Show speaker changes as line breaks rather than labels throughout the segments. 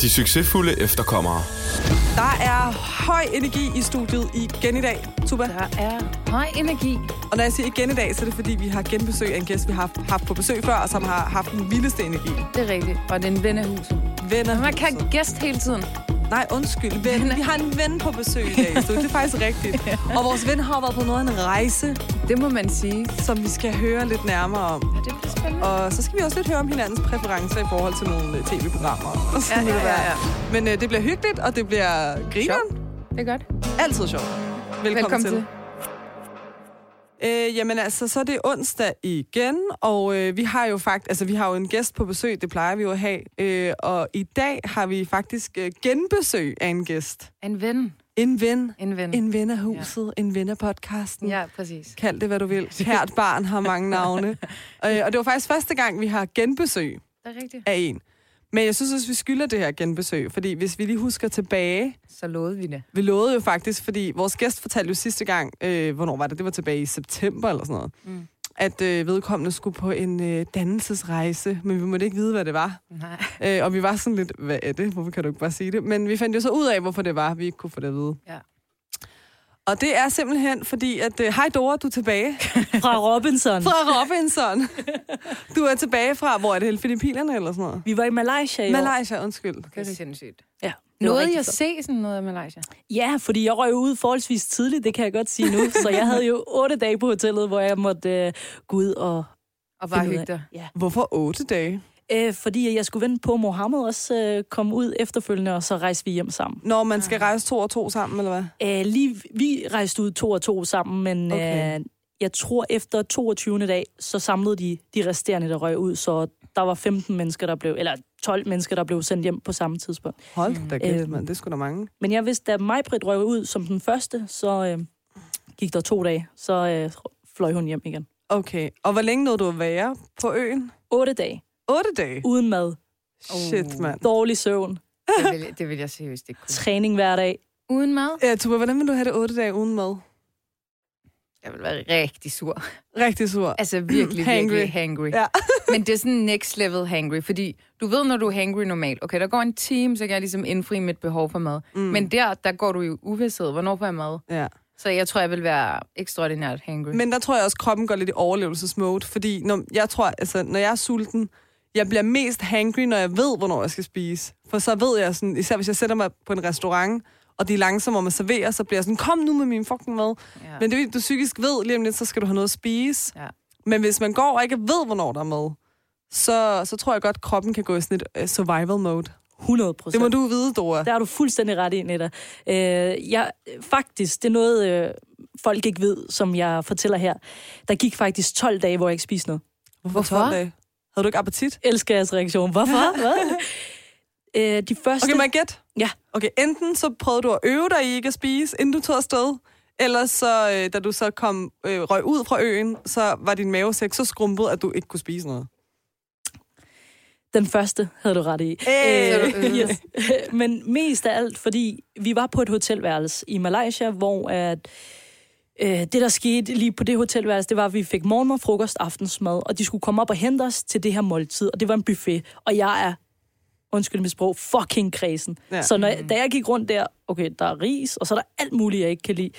De succesfulde efterkommere.
Der er høj energi i studiet igen i dag, Tuba.
Der er høj energi.
Og når jeg siger igen i dag, så er det fordi, vi har genbesøg af en gæst, vi har haft- haft på besøg før, og som har haft den vildeste energi.
Det er rigtigt. Og den ven af huset.
Venner.
Man kan gæst hele tiden.
Nej, undskyld. Ven.
Venner.
Vi har en ven på besøg i dag, så det er faktisk rigtigt. Og vores ven har jo været på noget af en rejse,
Det må man sige.
som vi skal høre lidt nærmere om.
Ja, det bliver spændende.
Og så skal vi også lidt høre om hinandens præferencer i forhold til nogle øh, tv-programmer. Og sådan
Ja,
vil det
ja, ja,
være. Men øh, det bliver hyggeligt, og det bliver grineren.
Det er godt.
Altid sjovt. Velkommen,
Velkommen
til.
til.
Øh, jamen altså, så er det onsdag igen, og øh, vi har jo faktisk, altså vi har jo en gæst på besøg, det plejer vi jo at have, øh, og i dag har vi faktisk øh, genbesøg af en gæst.
En ven.
En ven.
En ven.
En ven af huset, ja. en ven af podcasten.
Ja, præcis.
Kald det, hvad du vil. Kært barn har mange navne. øh, og det var faktisk første gang, vi har genbesøg
Det er rigtigt.
af en. Men jeg synes også, vi skylder det her genbesøg, fordi hvis vi lige husker tilbage,
Så lovede vi det.
vi lovede jo faktisk, fordi vores gæst fortalte jo sidste gang, øh, hvornår var det, det var tilbage i september eller sådan noget, mm. at øh, vedkommende skulle på en øh, dannelsesrejse, men vi måtte ikke vide, hvad det var.
Nej.
Øh, og vi var sådan lidt, hvad er det? Hvorfor kan du ikke bare sige det? Men vi fandt jo så ud af, hvorfor det var, vi ikke kunne få det at vide.
Ja.
Og det er simpelthen fordi, at... øh, Hej Dora, du er tilbage
fra Robinson.
fra Robinson. Du er tilbage fra, hvor er det henne? Filippinerne eller sådan noget?
Vi var i Malaysia i år.
Malaysia, undskyld.
Det er sindssygt.
Ja, det var
Nåede
rigtig
jeg at
flot.
se sådan noget af Malaysia?
Ja, fordi jeg røg ud forholdsvis tidligt, det kan jeg godt sige nu. Så jeg havde jo otte dage på hotellet, hvor jeg måtte øh, gå ud og...
Og bare
finde ud af-
hygge dig.
Ja.
Hvorfor otte dage?
Øh, fordi jeg skulle vente på, at Mohammed også øh, kom ud efterfølgende, og så rejste vi hjem sammen.
Når man skal rejse to og to sammen, eller hvad?
Øh, lige, vi rejste ud to og to sammen, men
Okay.
okay. øh, jeg tror efter 22. dag, så samlede de de resterende, der røg ud. Så der var 15 mennesker, der blev... Eller 12 mennesker, der blev sendt hjem på samme tidspunkt.
Hold da kæft,
Øhm.
mand. Det er sgu da mange.
Men jeg vidste, da Majbrit røg ud som den første, så øh, gik der to dage. Så øh, fløj hun hjem igen.
Okay, og hvor længe nåede du at være på øen?
Otte dage.
8 dage?
Uden mad.
Uh.
Shit, mand.
Dårlig søvn.
Det vil, det vil jeg seriøst ikke kunne.
Træning hver dag.
Uden mad?
Ja, Tuba, hvordan vil du have det 8 dage uden mad?
Jeg vil være rigtig sur.
Rigtig sur.
Altså virkelig,
Hangry.
virkelig hangry.
Ja.
Men det er sådan next level hangry, fordi du ved, når du er hangry normalt, okay, der går en time, så kan jeg ligesom indfri mit behov for mad. Mm. Men der, der går du i uvidshed. Hvornår får jeg mad?
Ja.
Så jeg tror, jeg vil være ekstraordinært hangry. Men,
Men der tror jeg også, at kroppen går lidt i overlevelsesmode, fordi når, jeg tror, altså, når jeg er sulten, jeg bliver mest hangry, når jeg ved, hvornår jeg skal spise. For så ved jeg sådan, især hvis jeg sætter mig på en restaurant, og de er langsomme om at servere, så bliver jeg sådan, kom nu med min fucking mad.
Ja.
Ja. Men det er fordi, du psykisk ved lige om lidt, så skal du have noget at spise.
Ja.
Men hvis man går og ikke ved, hvornår der er mad, så, så tror jeg godt, at kroppen kan gå i sådan et øh, survival mode.
100 procent.
Det må du vide, Dora.
Der er du fuldstændig ret i, Netta. Øh, jeg, faktisk, det er noget, øh, folk ikke ved, som jeg fortæller her. Der gik faktisk 12 dage, hvor jeg ikke spiste noget.
Hvorfor? 12 dage? Havde du ikke appetit?
Elsker jeres reaktion. Hvorfor? Hvad? Øh, de første...
Okay, må jeg gætte?
Ja.
Okay, enten så prøvede du at øve dig i ikke at spise, inden du tog afsted, eller så, øh, da du så kom, øh, røg ud fra øen, så var din mavesæk så skrumpet, at du ikke kunne spise noget.
Den første havde du ret i.
Hey!
Så er du øde.
yes. Men mest af alt, fordi vi var på et hotelværelse i Malaysia, hvor at, øh, det, der skete lige på det hotelværelse, det var, at vi fik morgenmad, frokost, aftensmad, og de skulle komme op og hente os til det her måltid, og det var en buffet. Og jeg er, undskyld mit sprog, fucking kredsen.
Ja. Mm.
Ja. Så når, da jeg gik rundt der, okay, der er ris, og så er der alt muligt, jeg ikke kan lide,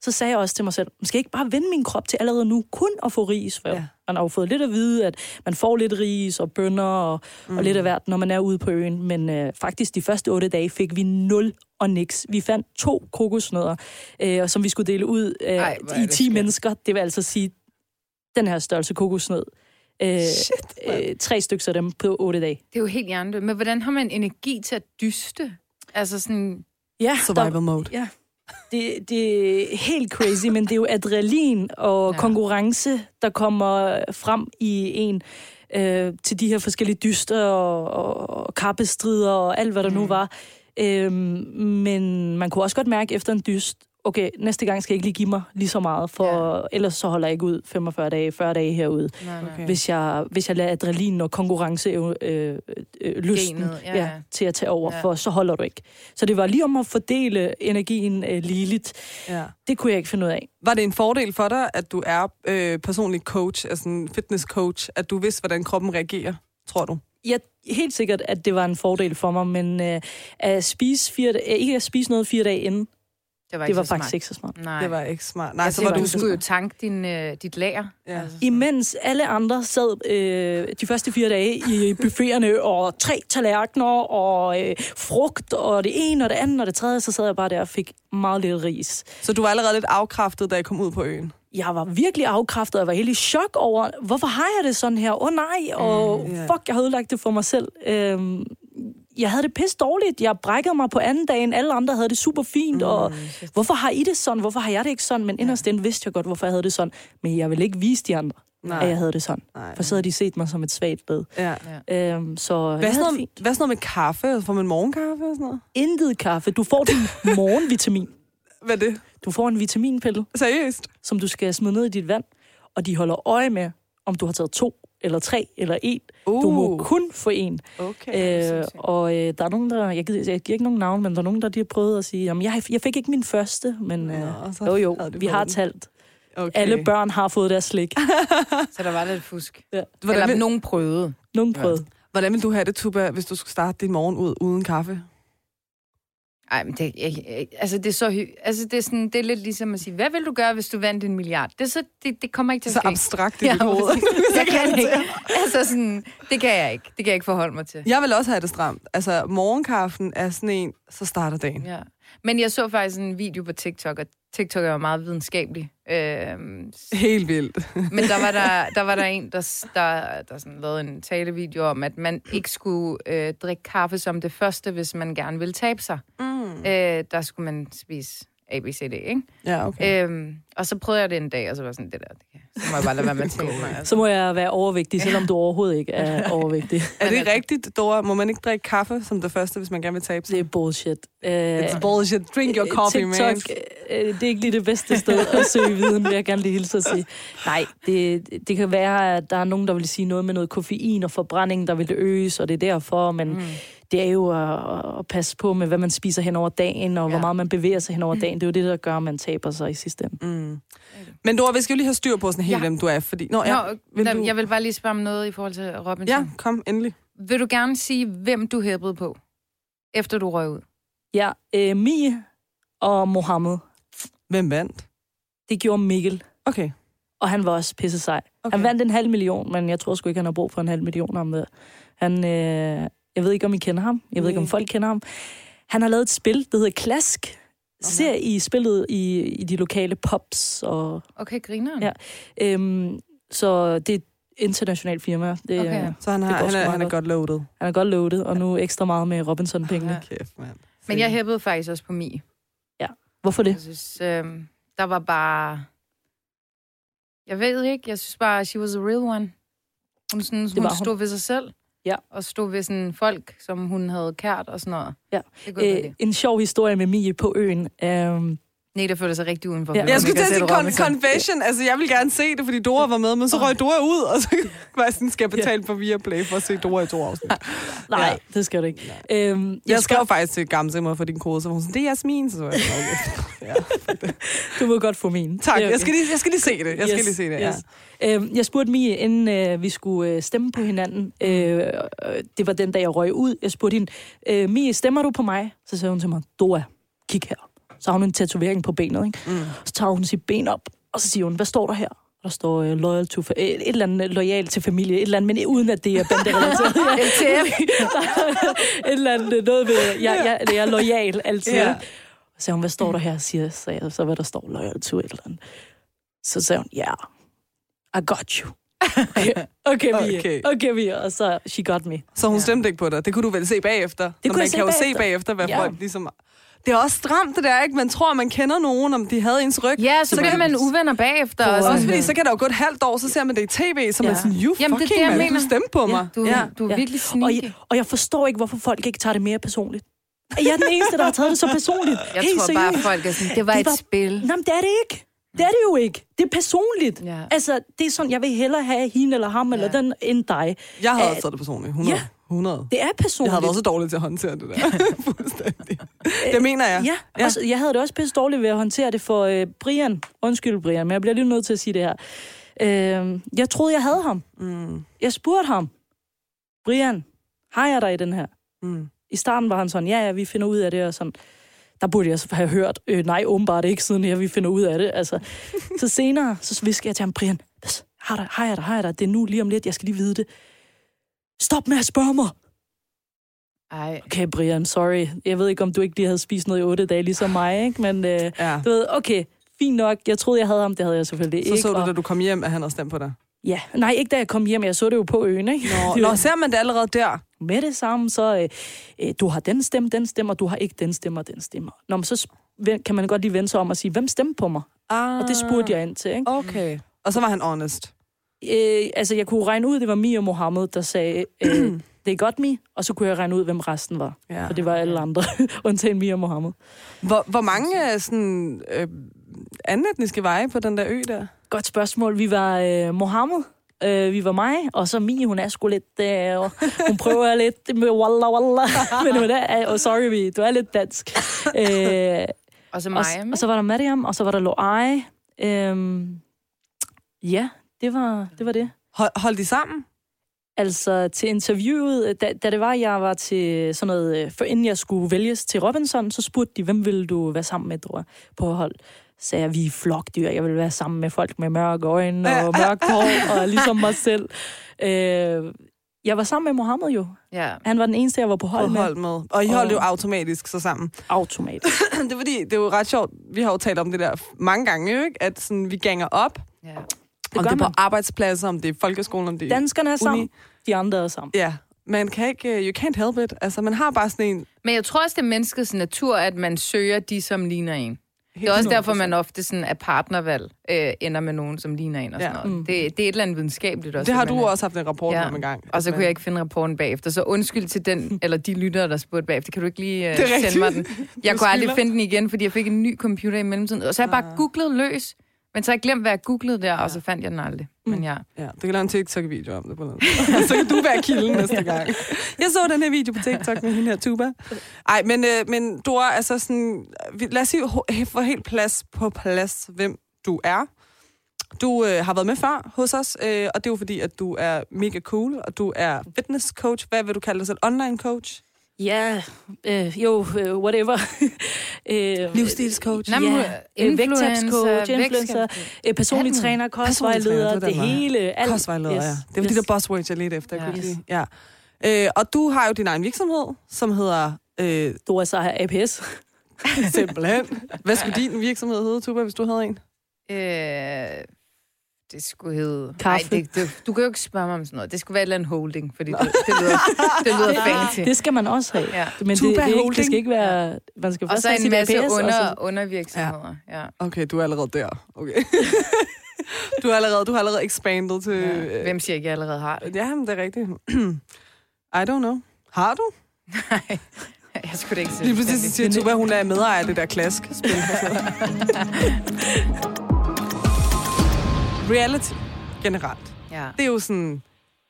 så sagde jeg også til mig selv, "Man skal jeg ikke bare vende min krop til allerede nu kun at få ris? For
Ja.
ja. man har jo fået lidt at vide, at man får lidt ris og bønner og, mm. og lidt af hvert, når man er ude på øen. Men øh, faktisk de første otte dage fik vi nul og niks. Vi fandt to kokosnødder, øh, som vi skulle dele ud øh,
Ej, hvor er
i
det
10
skægt.
mennesker. Det vil altså sige den her størrelse kokosnød. Øh,
Shit, mand.
øh, tre stykker af dem på otte dage.
det er jo helt hjernedødt. Men hvordan har man energi til at dyste? Altså sådan,
Ja,
Survival mode.
Ja. Det, det er helt crazy, men det er jo adrenalin og
Ja.
ja. konkurrence, der kommer frem i en øh, til de her forskellige dyster og, og, og kappestrider og alt, hvad der mm. nu var. Øhm, men man kunne også godt mærke efter en dyst, okay, næste gang skal jeg ikke lige give mig lige så meget, for ja. ellers så holder jeg ikke ud 45 dage, 40 dage herude.
Nej, nej.
Okay.
Hvis jeg, hvis jeg lader adrenalin og konkurrencelysten øh, øh, lysten,
Genet, ja, ja.
til at tage over,
Ja.
ja. for så holder du ikke. Så det var lige om at fordele energien øh, ligeligt.
Ja.
Det kunne jeg ikke finde ud af.
Var det en fordel for dig, at du er øh, personlig coach, altså en fitness coach, at du vidste, hvordan kroppen reagerer, tror du?
jeg helt sikkert, at det var en fordel for mig, men øh, at spise fire, øh, ikke at spise noget fire dage inden,
Det var,
det
ikke
var
så smart.
faktisk ikke så smart.
Nej.
Det var ikke smart. Nej,
altså,
så var du...
du skulle jo tanke din, øh, dit lager.
Ja.
Altså,
Imens alle andre sad øh, de første fire dage i buffeterne, og tre tallerkener, og øh, frugt, og det ene, og det andet, og det tredje, så sad jeg bare der og fik meget lidt ris.
Så du var allerede lidt afkræftet, da jeg kom ud på øen?
Jeg var virkelig afkræftet, og jeg var helt i chok over, hvorfor har jeg det sådan her? Åh oh, nej, og
Mm, ja.
fuck, jeg havde ødelagt det for mig selv. Øhm, jeg havde det pisse dårligt. Jeg brækkede mig på anden dagen. Alle andre havde det super fint, mm. og hvorfor har I det sådan? Hvorfor har jeg det ikke sådan? Men inderst inde vidste jeg godt, hvorfor jeg havde det sådan. Men jeg ville ikke vise de andre, Nej. at jeg havde det sådan.
Nej.
For så havde de set mig som et svagt led.
Ja.
Øhm, så
Hvad,
jeg
er sådan
havde det
noget,
fint.
hvad er sådan noget med kaffe? Altså, Får man morgenkaffe og sådan noget?
Intet kaffe. Du får din morgenvitamin.
Hvad er det?
Du får en vitaminpille,
Seriøst?
som du skal smide ned i dit vand. Og de holder øje med, om du har taget to, eller tre, eller en. Du må kun få en.
Uh. Okay.
Øh, og øh, der er nogen, der... Jeg, gider, jeg giver ikke nogen navn, men der er nogen, der de har prøvet at sige, jamen, jeg, jeg fik ikke min første, men... Øh,
Nå, så
jo, jo,
havde du
vi har
fået den.
talt.
Okay.
Alle børn har fået deres slik.
så der var lidt fusk.
Hvordan
Eller
vil-
nogen prøvede.
Nogen
Ja.
prøvede.
Hvordan ville du have det, Tuba, hvis du skulle starte din morgen ud uden kaffe?
Ej, men det, jeg, jeg, altså, det er så hy- altså, det er, sådan, det er lidt ligesom at sige, hvad vil du gøre, hvis du vandt en milliard? Det, er så, det, det kommer ikke til
Det
at
er så
ske.
abstrakt i
Ja,
dit hoved.
præcis. jeg kan ikke. Altså sådan, det kan jeg ikke. Det kan jeg ikke forholde mig til.
Jeg vil også have det stramt. Altså, morgenkaffen er sådan en, så starter dagen.
Ja. Men jeg så faktisk en video på TikTok, og TikTok er jo meget videnskabelig. Øhm, s-
Helt vildt.
men der var der, der, var der en, der, s- der, der sådan lavede en talevideo om, at man ikke skulle øh, drikke kaffe som det første, hvis man gerne ville tabe sig.
Mm.
Øh, der skulle man spise ABCD, ikke?
Ja, okay.
Øhm, og så prøvede jeg det en dag, og så var jeg sådan, det der, det kan. jeg- så må jeg bare lade være med at tabe mig. Altså.
Så må jeg være overvægtig, selvom du overhovedet ikke er overvægtig.
Er det rigtigt, Dora? Må man ikke drikke kaffe som det første, hvis man gerne vil tabe sig?
Det er bullshit. Øh,
It's bullshit. Drink your coffee,
TikTok,
man.
øh, det er ikke lige det bedste sted at søge viden, vil jeg gerne lige hilse og sige. Nej, det, det kan være, at der er nogen, der vil sige noget med noget koffein og forbrænding, der vil det øges, og det er derfor, men mm. det er jo at, at passe på med, hvad man spiser hen over dagen, og ja.
Ja.
hvor meget man bevæger sig hen over dagen. Det er jo det, der gør, at man taber sig i sidste ende.
Mm. Men Dora, vi skal jo lige have styr på sådan helt,
Ja.
hvem du er. Fordi... Nå, ja.
Nå,
Vil
jamen,
du-
jeg vil bare lige spørge om noget i forhold til Robinson.
ja, kom endelig.
Vil du gerne sige, hvem du hæppede på, efter du røg ud?
Ja, øh, Mie og Mohammed,
Hvem vandt?
det gjorde Mikkel.
Okay.
Og han var også pisse sej. Okay.
Okay.
Han vandt en halv million, men jeg tror sgu ikke, han har brug for en halv million om det. Han, øh, jeg ved ikke, om I kender ham. Jeg ved ikke, om
Nej.
folk kender ham. Han har lavet et spil, der hedder Klask. Ser I spillet i, i de lokale pubs. Og,
Okay, griner
Ja. øhm, så det er et internationalt firma. Det,
Okay.
okay. øh,
Så han, har,
Det går
han,
sgu
er,
meget
han er
godt.
godt loaded.
han er godt loadet, og nu ekstra meget med Robinson-pengene.
Ja.
Kæft, mand.
Men jeg hæppede faktisk også på Mi.
Hvorfor det?
Jeg synes, øh, der var bare... Jeg ved ikke, jeg synes bare, she was a real one. Hun, sådan, hun,
var
hun
hun.
stod ved sig selv.
Ja.
Og stod ved sådan folk, som hun havde kært og sådan noget.
Ja.
Det kunne jeg godt
Øh,
lide.
en sjov historie med Mie på øen. Øhm,
Nej, der følte sig rigtig udenfor.
Ja.
fordi
Jeg
hun
skulle
ikke
til at
havde
sige
set
con-
Robinson.
confession. Altså, jeg ville gerne se det, fordi Dora var med, men så røg Dora ud, og så var jeg sådan, skal jeg betale på Viaplay for at se Dora i to afsnit.
nej,
Ja.
ja. det skal du ikke. Øhm, jeg,
Jeg skrev faktisk til Gamse mig for din kode, så var hun sådan, det er Jasmin. Så var jeg sådan, okay. ja.
Du må godt få min.
Tak,
Det er
jeg skal, lige, jeg skal lige se det. Øh, Jeg skal lige se det, ja.
Øhm, jeg spurgte Mie, inden øh, vi skulle øh, stemme på hinanden.
Mm.
Øh, øh, det var den dag, jeg røg ud. Jeg spurgte hende, øh, Mie, stemmer du på mig? Så sagde hun til mig, Dora, kig her. Så har hun en tatovering på benet, ikke? Mm. Så tager hun sit ben op, og så siger hun, hvad står der her? Der står øh, loyal to fa- øh, et eller andet øh, loyal til familie, et eller andet, men uden at det er banderelateret.
LTF.
et eller andet øh, noget ved, jeg, jeg, jeg er loyal altid.
Ja.
Ja. Så sagde hun, hvad står der her? Siger, sagde jeg, så hvad der står loyal to et eller andet. Så sagde hun, ja, yeah, I got you. Okay, okay,
Okay.
Mia. okay. okay Mia. Og så, she got me.
Så hun stemte ikke på dig. Det kunne du vel se bagefter. Det
kunne
man
jeg se
kan jo se
bagefter.
bagefter, hvad
Ja.
folk ligesom... Det er også stramt, det der, ikke? Man tror, man kender nogen, om de havde ens ryg.
Ja, så, så bliver
kan-
man uvenner bagefter. og
Prøv at
Også
sådan-
fordi, så kan der jo gå et halvt år, så ser man det i tv, så ja. man
Ja.
sådan, you
Jamen, det er
fucking
det, jeg
mand,
mener.
du stemte på mig.
Du, ja, du er ja. virkelig
Og
sneaky.
jeg, og jeg forstår ikke, hvorfor folk ikke tager det mere personligt. Jeg er den eneste, der har taget det så personligt.
Jeg
Helt
tror bare, folk er sådan, det var et spil.
Nej, men det er det ikke. Det er det jo ikke. Det er personligt.
Ja.
Altså, det er sådan, jeg vil hellere have hende eller ham eller
Ja.
den end dig.
Jeg havde
Øh,
også taget det personligt. 100.
ja.
100.
Det er
Jeg
personligt.
havde været så dårlig til at håndtere det der. Fuldstændig. Det mener jeg.
Ja, ja. Også, jeg havde det også pisse dårligt ved at håndtere det for øh, Brian. Undskyld, Brian, men jeg bliver lige nødt til at sige det her. Øh, jeg troede, jeg havde ham.
Mm,
Jeg spurgte ham, Brian, har jeg dig i den her?
mm.
I starten var han sådan, ja, ja, vi finder ud af det, og sådan. Der burde jeg så have hørt, øh, nej, åbenbart ikke, siden her, vi finder ud af det. Altså. så senere, så visker jeg til ham, Brian, "Pas, har, der, har jeg dig, har jeg dig, det er nu lige om lidt, jeg skal lige vide det. Stop med at spørge mig.
Ej.
Okay, Brian, sorry. Jeg ved ikke, om du ikke lige havde spist noget i otte dage, ligesom mig, ikke? Men øh,
Ja.
du ved, okay, fint nok. Jeg troede, jeg havde ham. Det havde jeg selvfølgelig
Så
ikke.
så du,
og-
da du kom hjem, at han havde stemt på dig.
Ja. Nej, ikke da jeg kom hjem. Jeg så det jo på øen, ikke?
Nå,
Det var-
nå ser man det allerede der?
med det samme, så øh, øh, du har den stemme, den stemmer, du har ikke den stemme, og den stemmer. Nå, men så sp- ven- kan man godt lige vende sig om og sige, hvem stemte på mig?
Ah.
Og det spurgte jeg ind til, ikke?
Okay. Og så var han honest.
Øh, altså, jeg kunne regne ud, det var Mia og Mohammed, der sagde, øh, det er godt, Mi, og så kunne jeg regne ud, hvem resten var.
Ah, Ja.
Og det var alle andre, undtagen Mia og Mohammed.
Hvor, hvor mange øh, sådan, øh, anden etniske veje på den der ø der?
Godt spørgsmål. Vi var øh, Mohammed, øh, vi var mig, og så Mie, hun er sgu lidt... Øh, og hun prøver lidt med walla walla, men hun er... Øh, sorry, vi, du er lidt dansk. Øh,
Og så
Og, s-
Miami.
og så var der Mariam, og så var der Loai. Øhm, ja, det var, det var det.
Hold, hold de sammen?
Altså til interviewet, øh, da, da det var, jeg var til sådan noget, øh, for inden jeg skulle vælges til Robinson, så spurgte de, hvem ville du være sammen med, tror jeg, på hold? Så sagde jeg, vi er flokdyr, jeg vil være sammen med folk med mørke øjne og mørkt hår, og ligesom mig selv. Øh, jeg var sammen med Mohammed jo.
Ja.
Han var den eneste, jeg var på hold,
Hold,
med.
hold med. Og I holdt jo
Og-
automatisk så sammen.
Automatisk.
det er fordi, det er jo ret sjovt. Vi har jo talt om det der mange gange, jo, ikke? at sådan, vi ganger op.
ja.
Det om
gør
det er på
man.
arbejdspladser, om det er i folkeskolen, om det er...
Danskerne er sammen,
Uni.
de andre er sammen.
Ja, man kan ikke... øh, You can't help it. Altså, man har bare sådan en...
Men jeg tror også, det er menneskets natur, at man søger de, som ligner en. Det er også derfor, man ofte sådan af partnervalg øh, ender med nogen, som ligner en og sådan
Ja. Mm.
noget. Det, det er et eller andet videnskabeligt også.
Det har
at man
du
er-
også haft en rapport om en gang.
Og så kunne jeg ikke finde rapporten bagefter. Så undskyld til den, eller de lyttere, der spurgte bagefter. Kan du ikke lige uh,
Det er
sende
rigtigt.
mig den? Jeg kunne aldrig
skylder. Ah.
finde den igen, fordi jeg fik en ny computer i mellemtiden. Og så har jeg bare googlet løs. Men så har jeg glemt, hvad jeg googlede der, og så fandt jeg den aldrig.
Mm.
Men ja.
Ja, det kan lave en TikTok-video om det på noget. så kan du være kilden næste gang. Jeg så den her video på TikTok med hende her tuba. Ej, men, øh, men Dora, altså sådan, vi- lad os sige, ho- få helt plads på plads, hvem du er. Du øh, har været med før hos os, øh, og det er jo fordi, at du er mega cool, og du er fitness coach. Hvad vil du kalde dig selv? Online coach?
Ja, øh, jo, øh, whatever. øh,
Livsstilscoach?
Nå, men
Ja,
hun-
øh,
influencer, vægt-
vægttabscoach, influencer, øh, personlig
Alt muligt.
Personlig træner,
træner, kostvejleder,
det var
det
den vej.
hele. alt.
Kostvejleder, yes. ja. Det var yes. de
Yes.
der buzzwords, jeg ledte efter.
Ja.
Jeg kunne ikke
Yes.
lide. ja. Øh, og du har jo din egen virksomhed, som hedder... Øh,
Dora Saha APS.
simpelthen. Hvad skulle din virksomhed hedde, Tuba, hvis du havde en?
Øh, det skulle hedde...
Kaffe.
Nej, det, det, du kan jo ikke spørge mig om sådan noget. Det skulle være et eller andet holding, fordi det, det lyder, det lyder fancy.
Det skal man også have.
Ja.
Men det,
Tuba
det, er ikke, det
Holding.
skal ikke være... Man skal
Og
først
så
have
en
sit
masse
APS, og
under,
så-
undervirksomheder. Ja.
Okay, du er allerede der. Okay. du, er allerede, du har allerede expandet til...
Ja.
Ja,
Hvem siger ikke, jeg allerede har det?
ja men det er rigtigt. I don't know. Har du?
Jeg skulle da ikke sige
Lige pludselig så siger Tuba, hun er medejer af det der klask. Reality generelt.
Ja.
det er jo sådan...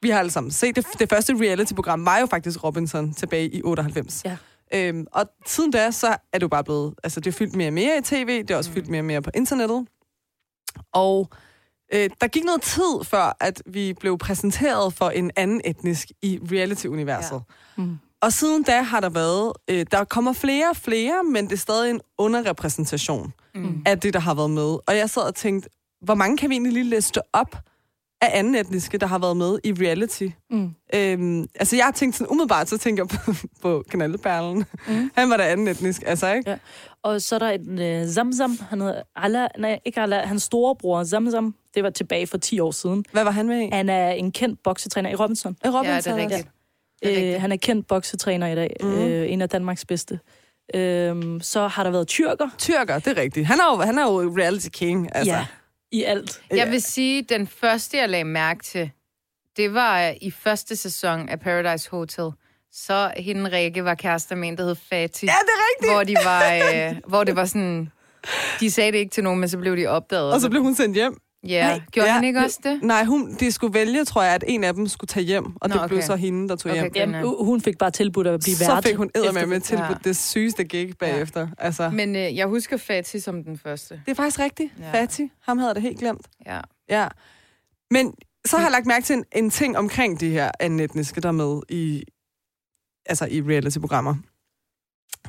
Vi har alle sammen set det. Det første reality-program var jo faktisk Robinson tilbage i 98.
Ja.
Øhm, og siden da, så er det jo bare blevet... Altså, det er fyldt mere og mere i tv. Det er også fyldt mere og mere på internettet. Og øh, der gik noget tid før, at vi blev præsenteret for en anden etnisk i reality-universet. Ja.
Mm.
Og siden da har der været... Øh, der kommer flere og flere, men det er stadig en underrepræsentation mm. af det, der har været med. Og jeg sad og tænkte, hvor mange kan vi egentlig lige liste op af anden etniske, der har været med i reality?
Mm.
Øhm, altså, jeg har tænkt sådan umiddelbart, så tænker jeg på, på Kanalperlen. Mm. Han var da anden etnisk, altså, ikke?
Ja. Og så er der en uh, Zamzam, han hedder Ala, nej, ikke Ala, hans storebror Zamzam, det var tilbage for 10 år siden.
Hvad var han med i?
Han er en kendt boksetræner i Robinson.
Ja,
Ja, det er
altså.
rigtigt. Det er
Øh,
rigtigt.
han er kendt boksetræner i dag, mm.
Mhm.
øh, en af Danmarks bedste. Øh, så har der været tyrker,
Tyrker, det er rigtigt. Han er jo, han er jo reality king, altså.
ja, i alt.
Jeg vil sige, at den første, jeg lagde mærke til, det var øh, i første sæson af Paradise Hotel. Så hende Rikke var kærester med en, der hed Fatih.
Ja, det er rigtigt.
hvor, de var, øh, hvor det var sådan... De sagde det ikke til nogen, men så blev de opdaget.
Og så blev hun sendt hjem.
ja,
Nej,
gjorde
ja,
han ikke også det?
Nej, hun, de skulle vælge, tror jeg, at en af dem skulle tage hjem, og
Nå,
Nå, det blev
okay.
så hende, der tog
Okay,
hjem.
Den er-
Jamen, u- hun fik bare tilbudt at blive
Så
vært.
fik hun eddermame med
efterfølgende.
tilbudt det sygeste gig bagefter. Altså,
Men øh, jeg husker Fatih som den første.
det er faktisk rigtigt.
Ja.
Ja. Fatih, ham havde jeg det helt glemt.
Ja.
Ja. Men så har jeg lagt mærke til en, en ting omkring de her anetniske, der er med i, altså i reality-programmer.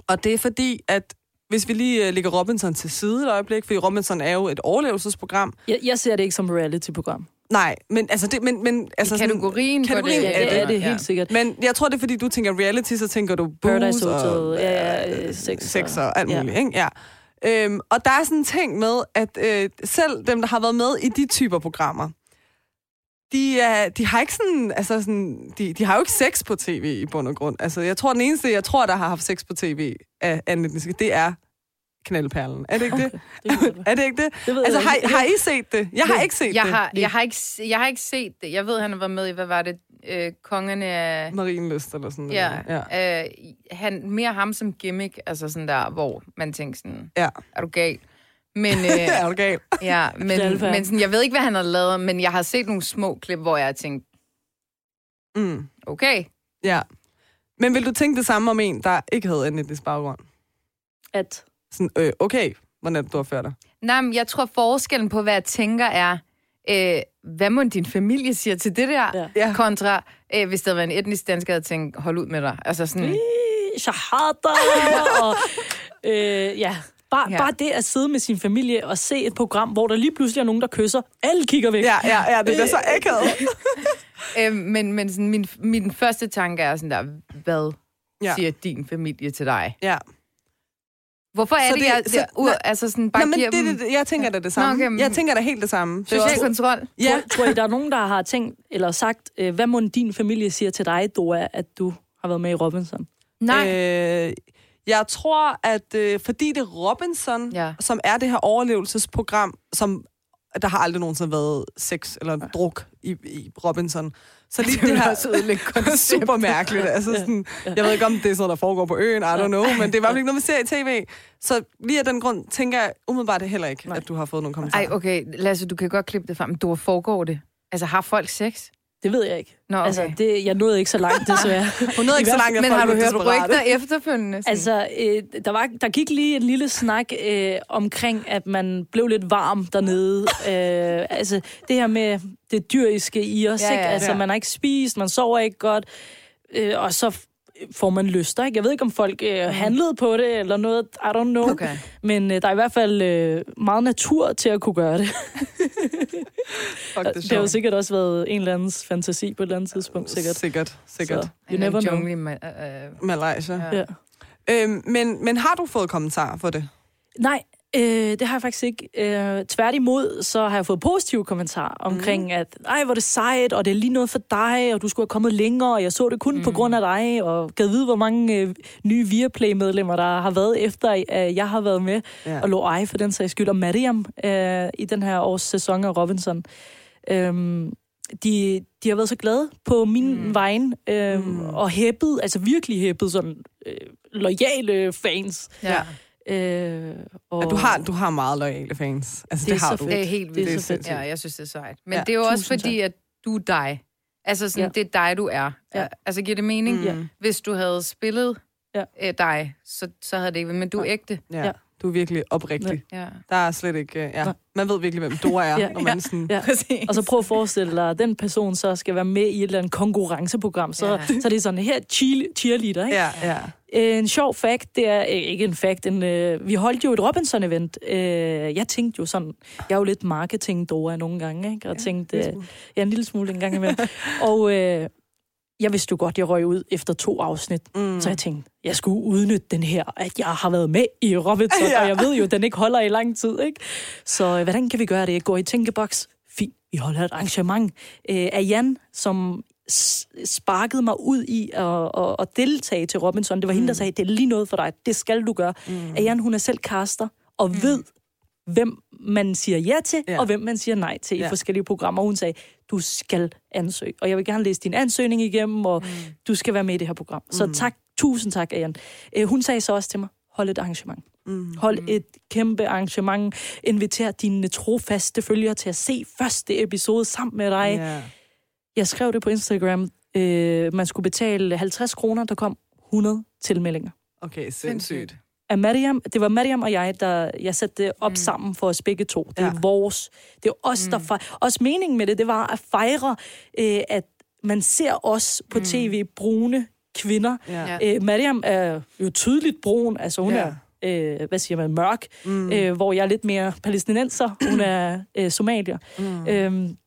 Og det er fordi, at hvis vi lige øh, lægger Robinson til side et øjeblik, fordi Robinson er jo et overlevelsesprogram.
Jeg, jeg ser det ikke som reality-program.
Nej, men altså... Det, men, men, altså
I kategorien, for
kategorien
det,
Ja, det er det
Ja.
helt sikkert.
Men jeg tror, det er, fordi du tænker reality, så tænker du booze
Paradise
og
Hotel, ja, ja, øh, sex og-
sex og alt
ja.
muligt. Ikke? Ja. Øhm, og der er sådan en ting med, at øh, selv dem, der har været med i de typer programmer, de, er, de har ikke sådan, altså sådan, de, de har jo ikke sex på tv i bund og grund. Altså, jeg tror, den eneste, jeg tror, der har haft sex på tv af anden etniske, det er knaldperlen. Er det ikke det?
Det kan godt være.
Er det ikke det?
Det ved
Altså,
jeg ikke.
har, har I set det? Jeg har ikke set
Jeg
det.
har, jeg, har ikke, se- jeg har ikke set det. Jeg ved, han var med i, hvad var det? Øh, kongerne af...
Marienlyst eller sådan
Ja,
noget. Ja.
ja. Øh, han, mere ham som gimmick, altså sådan der, hvor man tænker sådan,
Ja.
er du gal? Men,
Ja, er
øh,
du gal?
ja, men,
Alfa.
men sådan, jeg ved ikke, hvad han har lavet, men jeg har set nogle små klip, hvor jeg har tænkt,
Mm.
okay,
Ja. Men vil du tænke det samme om en, der ikke havde en etnisk baggrund?
At
Sådan, øh, okay, hvordan er det, du opfører dig?
nej, men jeg tror forskellen på, hvad jeg tænker er, øh, hvad må din familie siger til det der,
Ja.
Ja.
kontra, øh, hvis der var en etnisk dansker, der tænkt, hold ud med dig. Altså sådan,
shahada, og øh, ja. Bare,
Ja.
ja. bare det at sidde med sin familie og se et program, hvor der lige pludselig er nogen, der kysser. Alle kigger væk.
Ja, ja, ja, det bliver så akavet.
øh, men, men sådan, min, min første tanke er sådan der, hvad ja.
Ja.
siger din familie til dig?
Ja.
Hvorfor er
Så
det,
det-
jeg,
så-
jeg u-
nej.
altså sådan bare
Nå, men
giver
det,
dem
det, det, jeg tænker da det samme.
Nå, okay, men-
Jeg tænker da helt det samme. Det er
social
også-
kontrol?
ja.
Tror, tror I, der er nogen, der har tænkt eller sagt, øh, hvad må din familie siger til dig, Dora, at du har været med i Robinson?
Nej. Øh,
Øh, jeg tror, at øh, fordi det er Robinson,
Ja.
ja. som er det her overlevelsesprogram, som der har aldrig nogensinde været sex eller druk i, i Robinson. Så lige det, det her super mærkeligt. Altså sådan, jeg ved ikke, om det er sådan noget, der foregår på øen, I don't know, men det er i hvert fald ikke noget, vi ser i tv. Så lige af den grund tænker jeg umiddelbart det heller ikke, at du har fået nogle kommentarer.
Ej, okay, Lasse, du kan godt klippe det frem. Men Du foregår det. Altså, har folk sex?
Det ved jeg ikke.
Nå, okay.
Altså, det, jeg nåede ikke så langt, desværre.
Hun nåede ikke så langt, at
Men
folk
har du
blev
hørt
desperate.
rygter efterfølgende? Sådan?
Altså, øh, der, var, der gik lige en lille snak øh, omkring, at man blev lidt varm dernede. Øh, altså, det her med det dyriske i os,
Ja,
ja,
ja,
ja, ikke? Altså,
ja.
man har ikke spist, man sover ikke godt, øh, og så f- får man lyster, ikke? Jeg ved ikke, om folk øh, handlede på det eller noget, I don't know.
Okay.
Men øh, der er i hvert fald øh, meget natur til at kunne gøre det.
Fuck,
Det, det har jo sikkert også været en eller andens fantasi på et eller andet tidspunkt, sikkert.
Sikkert, sikkert.
Så, you never know.
jungle, man, øh, øh,
Malaysia.
Ja.
Ja.
Ja.
Øhm, men, men har du fået kommentarer for det?
Nej, øh, det har jeg faktisk ikke. Øh, tværtimod, så har jeg fået positive kommentarer omkring, mm. at ej, hvor er det sejt, og det er lige noget for dig, og du skulle have kommet længere, og jeg så det kun mm. på grund af dig, og gad vide, hvor mange øh, nye Viaplay-medlemmer, der har været efter, øh, jeg har været med,
Ja.
ja. og lå ej for den sags skyld, og Mariam øh, i den her års sæson af Robinson. Øhm, de, de har været så glade på min mm. vejen, øhm, mm. og hæppet, altså virkelig hæppet, sådan øh, lojale fans.
ja.
Øh, og
At du har, du har meget lojale fans. Altså,
Det
det, det
er
har
så
du.
Det er Øh, helt
Det
vildt.
er
Det er
så fedt.
sindssygt.
Ja, jeg synes, det er sejt. Men ja,
Ja,
det er jo også
tusind
fordi, at du er dig. Altså, sådan, ja.
Ja.
det er dig, du er. Ja.
Ja. Mm.
Altså, giver det mening?
Ja.
Hvis du havde spillet ja.
Ja.
øh, dig, så, så havde det ikke været. Men du er ægte.
Ja.
Ja.
Du er virkelig oprigtig.
Ja.
Der er slet ikke... øh, Ja.
Nej.
Man ved virkelig, hvem Dora er,
Ja.
ja. når man sådan...
Ja.
Præcis.
Og så prøv at forestille dig, at den person så skal være med i et eller andet konkurrenceprogram. Så,
Ja.
ja. så er det sådan, her cheer- cheerleader, ikke?
Ja, ja.
Øh, En sjov fact, det er øh, ikke en fact, en, øh, vi holdt jo et Robinson-event. Øh, jeg tænkte jo sådan, jeg er jo lidt marketing-dora nogle gange, ikke? og ja, tænkte, øh, ja, en lille smule en gang imellem. og øh, jeg vidste jo godt, jeg røg ud efter to afsnit, mm. så jeg tænkte, jeg skulle udnytte den her, at jeg har været med i Robinson, ja. og jeg ved jo, at den ikke holder i lang tid. Ikke? Så øh, hvordan kan vi gøre det? Jeg går i tænkeboks. Fint, vi holder et arrangement øh, af Jan, som s- sparkede mig ud i at, at, at deltage til Robinson. Det var mm. hende, der sagde, det er lige noget for dig, det skal du gøre. Mm. At Jan, hun er selv kaster og mm. ved, hvem man siger ja til,
Ja.
ja. og hvem man siger nej til ja.
Ja.
i forskellige programmer. Hun sagde, du skal ansøge, og jeg vil gerne læse din ansøgning igennem, og mm. du skal være med i det her program. Så tak, tusind tak, Anne. Øh, hun sagde så også til mig, hold et arrangement. Mm. Hold et kæmpe arrangement. Inviter dine trofaste følgere til at se første episode sammen med dig.
Ja.
Jeg skrev det på Instagram. Øh, man skulle betale 50 kroner, der kom 100 tilmeldinger.
Okay, sindssygt.
Af Mariam, det var Mariam og jeg, der jeg satte det op mm. sammen for os begge to. Det er
Ja.
vores. Det er os, mm. der fejrer. Også meningen med det, det var at fejre, øh, at man ser os på mm. tv brune kvinder.
Ja.
Ja.
Øh, Mariam er jo tydeligt brun, altså hun
Ja.
ja. er, øh, hvad siger man, mørk, mm. øh, hvor jeg er lidt mere palæstinenser, hun er øh, somalier. Mm. Øhm,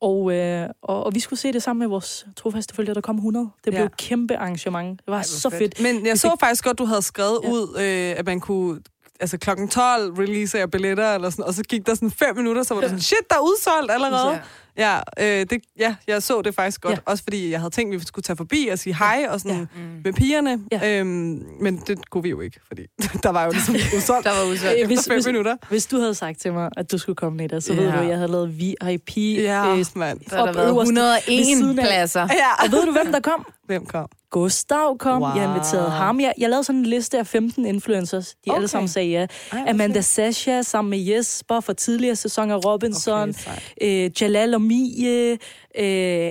og, øh, og, og vi skulle se det sammen med vores trofaste følgere, der kom 100. Det
Ja.
blev et kæmpe arrangement. Det var så fedt. fedt.
Men jeg
Vi
så
fik-
faktisk godt, du havde skrevet ja. ud, øh, at man kunne... Altså klokken 12 releaser jeg billetter, eller sådan, og så gik der sådan fem minutter, så var det sådan, shit, der er udsolgt allerede. Ja, øh, det, ja jeg så det faktisk godt. Ja.
Ja.
Også fordi jeg havde tænkt, at vi skulle tage forbi og sige hej og sådan ja. med pigerne. Ja.
Ja.
Øhm, men det kunne vi jo ikke, fordi der var jo ligesom udsolgt
Der var udsolgt.
efter
Øh, Hvis-
fem
hvis-
minutter.
Hvis du havde sagt til mig, at du skulle komme, Neda, så ja. ved
Ja.
du, at jeg havde lavet VIP.
Ja,
øh,
mand.
Så har der
op
været
øverst ved
101
siden af.
pladser.
Ja.
Og ved du, hvem der kom?
Hvem kom?
Gustav kom,
Wow.
wow. jeg inviterede ham. Jeg, jeg lavede sådan en liste af 15 influencers. De okay.
Okay.
alle sammen sagde ja.
Ej, hvor
Amanda
fedt.
Sasha sammen med Jesper fra tidligere sæsoner, Robinson,
Okay, sejt.
okay, øh, Jalal og Mie, øh, øh,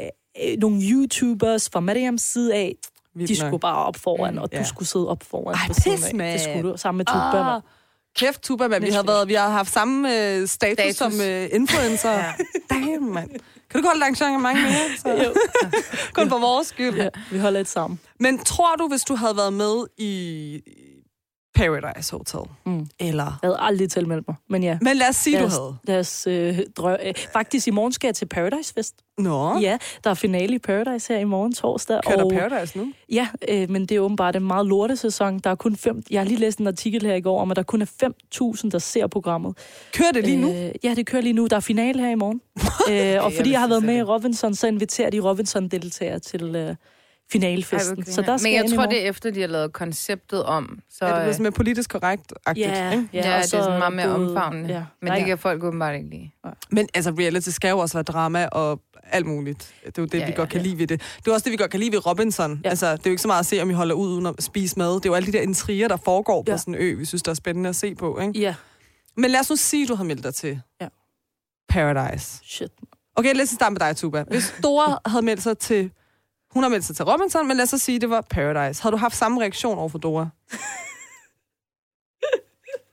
nogle YouTubers fra Mariams side af.
Vildt
de
nok.
skulle bare op foran, og du
ja.
skulle sidde op foran.
Ej,
på siden
pis,
af.
mand.
Det skulle du, sammen med Tuba.
Ah.
mand.
Kæft, Tuba, man. Vi,
Næste.
havde været, vi har haft samme øh, status, status
Status.
som øh, influencer. ja. Damn, mand. Kan du godt lade en mange mere? Så?
Jo.
Kun for vores skyld. Ja.
Ja, vi holder et sammen.
Men tror du, hvis du havde været med i Paradise Hotel? Mm. Eller...
Jeg havde aldrig tilmeldt mig, men ja.
Men lad os sige, du
Deres,
havde.
deres øh, drø- øh, faktisk i morgen skal jeg til Paradise Fest.
Nå, ja.
Ja, der er finale i Paradise her i morgen torsdag.
kører der
og-
Paradise nu?
Ja, øh, men det er åbenbart en meget lorte sæson. Der er kun fem, jeg har lige læst en artikel her i går om, at der kun er 5.000, der ser programmet.
Kører det lige nu?
Øh, ja, det kører lige nu. Der er finale her i morgen. øh, og fordi jeg,
vidste
har været
slet
med i
ikke.
Robinson, så inviterer de Robinson-deltagere til øh, finalefesten.
Ej, hvor
så der
griner.
skal
Men jeg
ind i
tror,
morgen.
det er efter, de har lavet konceptet om. Så,
Ja, det er
øh,
sådan mere politisk korrekt-agtigt.
Ja,
ikke?
ja,
og
det er
så
sådan meget mere
både-
omfavnende.
Ja.
Men det kan folk åbenbart ikke lide.
Men altså, reality skal jo også være drama og alt muligt. Det er jo det, ja,
Ja,
vi
ja,
godt kan lide ved det. Det er også det, vi godt kan lide ved Robinson. Ja.
Ja.
Altså, det er jo ikke så meget at se, om I holder ud uden at spise mad. Det er jo alle de der intriger, der foregår ja. på
Ja.
sådan en ø, vi synes, der er spændende at se på. Ikke?
Ja,
Men lad os nu sige, du har meldt dig til
Ja.
Paradise.
shit.
Okay, lad os starte med dig, Tuba. Hvis Dora havde meldt sig til... Hun har meldt sig til Robinson, men lad os så sige, det var Paradise. Har du haft samme reaktion over for Dora?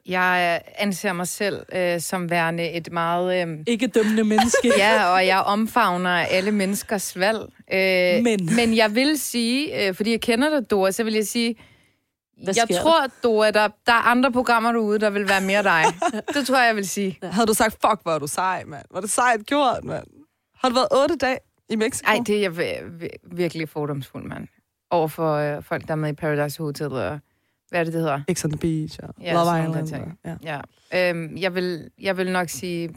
Jeg øh, anser mig selv øh, som værende et meget... Øh,
Ikke dømmende menneske.
ja, og jeg omfavner alle menneskers valg. Øh,
Men.
men jeg vil sige, øh, fordi jeg kender dig, Dora, så vil jeg sige,
Hvad
jeg
sker der?
tror, Dora, der, der er andre programmer derude, der vil være mere dig. det tror jeg, jeg vil sige.
Ja. Havde du sagt, fuck, hvor er du sej, mand. Hvor er det sejt gjort, mand. Har du været otte dage i Mexico?
Ej, det er jeg vir- vir- virkelig fordomsfuld, mand. Over for øh, folk, der er med i Paradise Hotel, og hvad er det, det hedder?
X on the Beach og
Ja,
Love
sådan nogle
Island.
ting.
og- Ja.
Ja. Øhm, jeg, vil, jeg vil nok sige...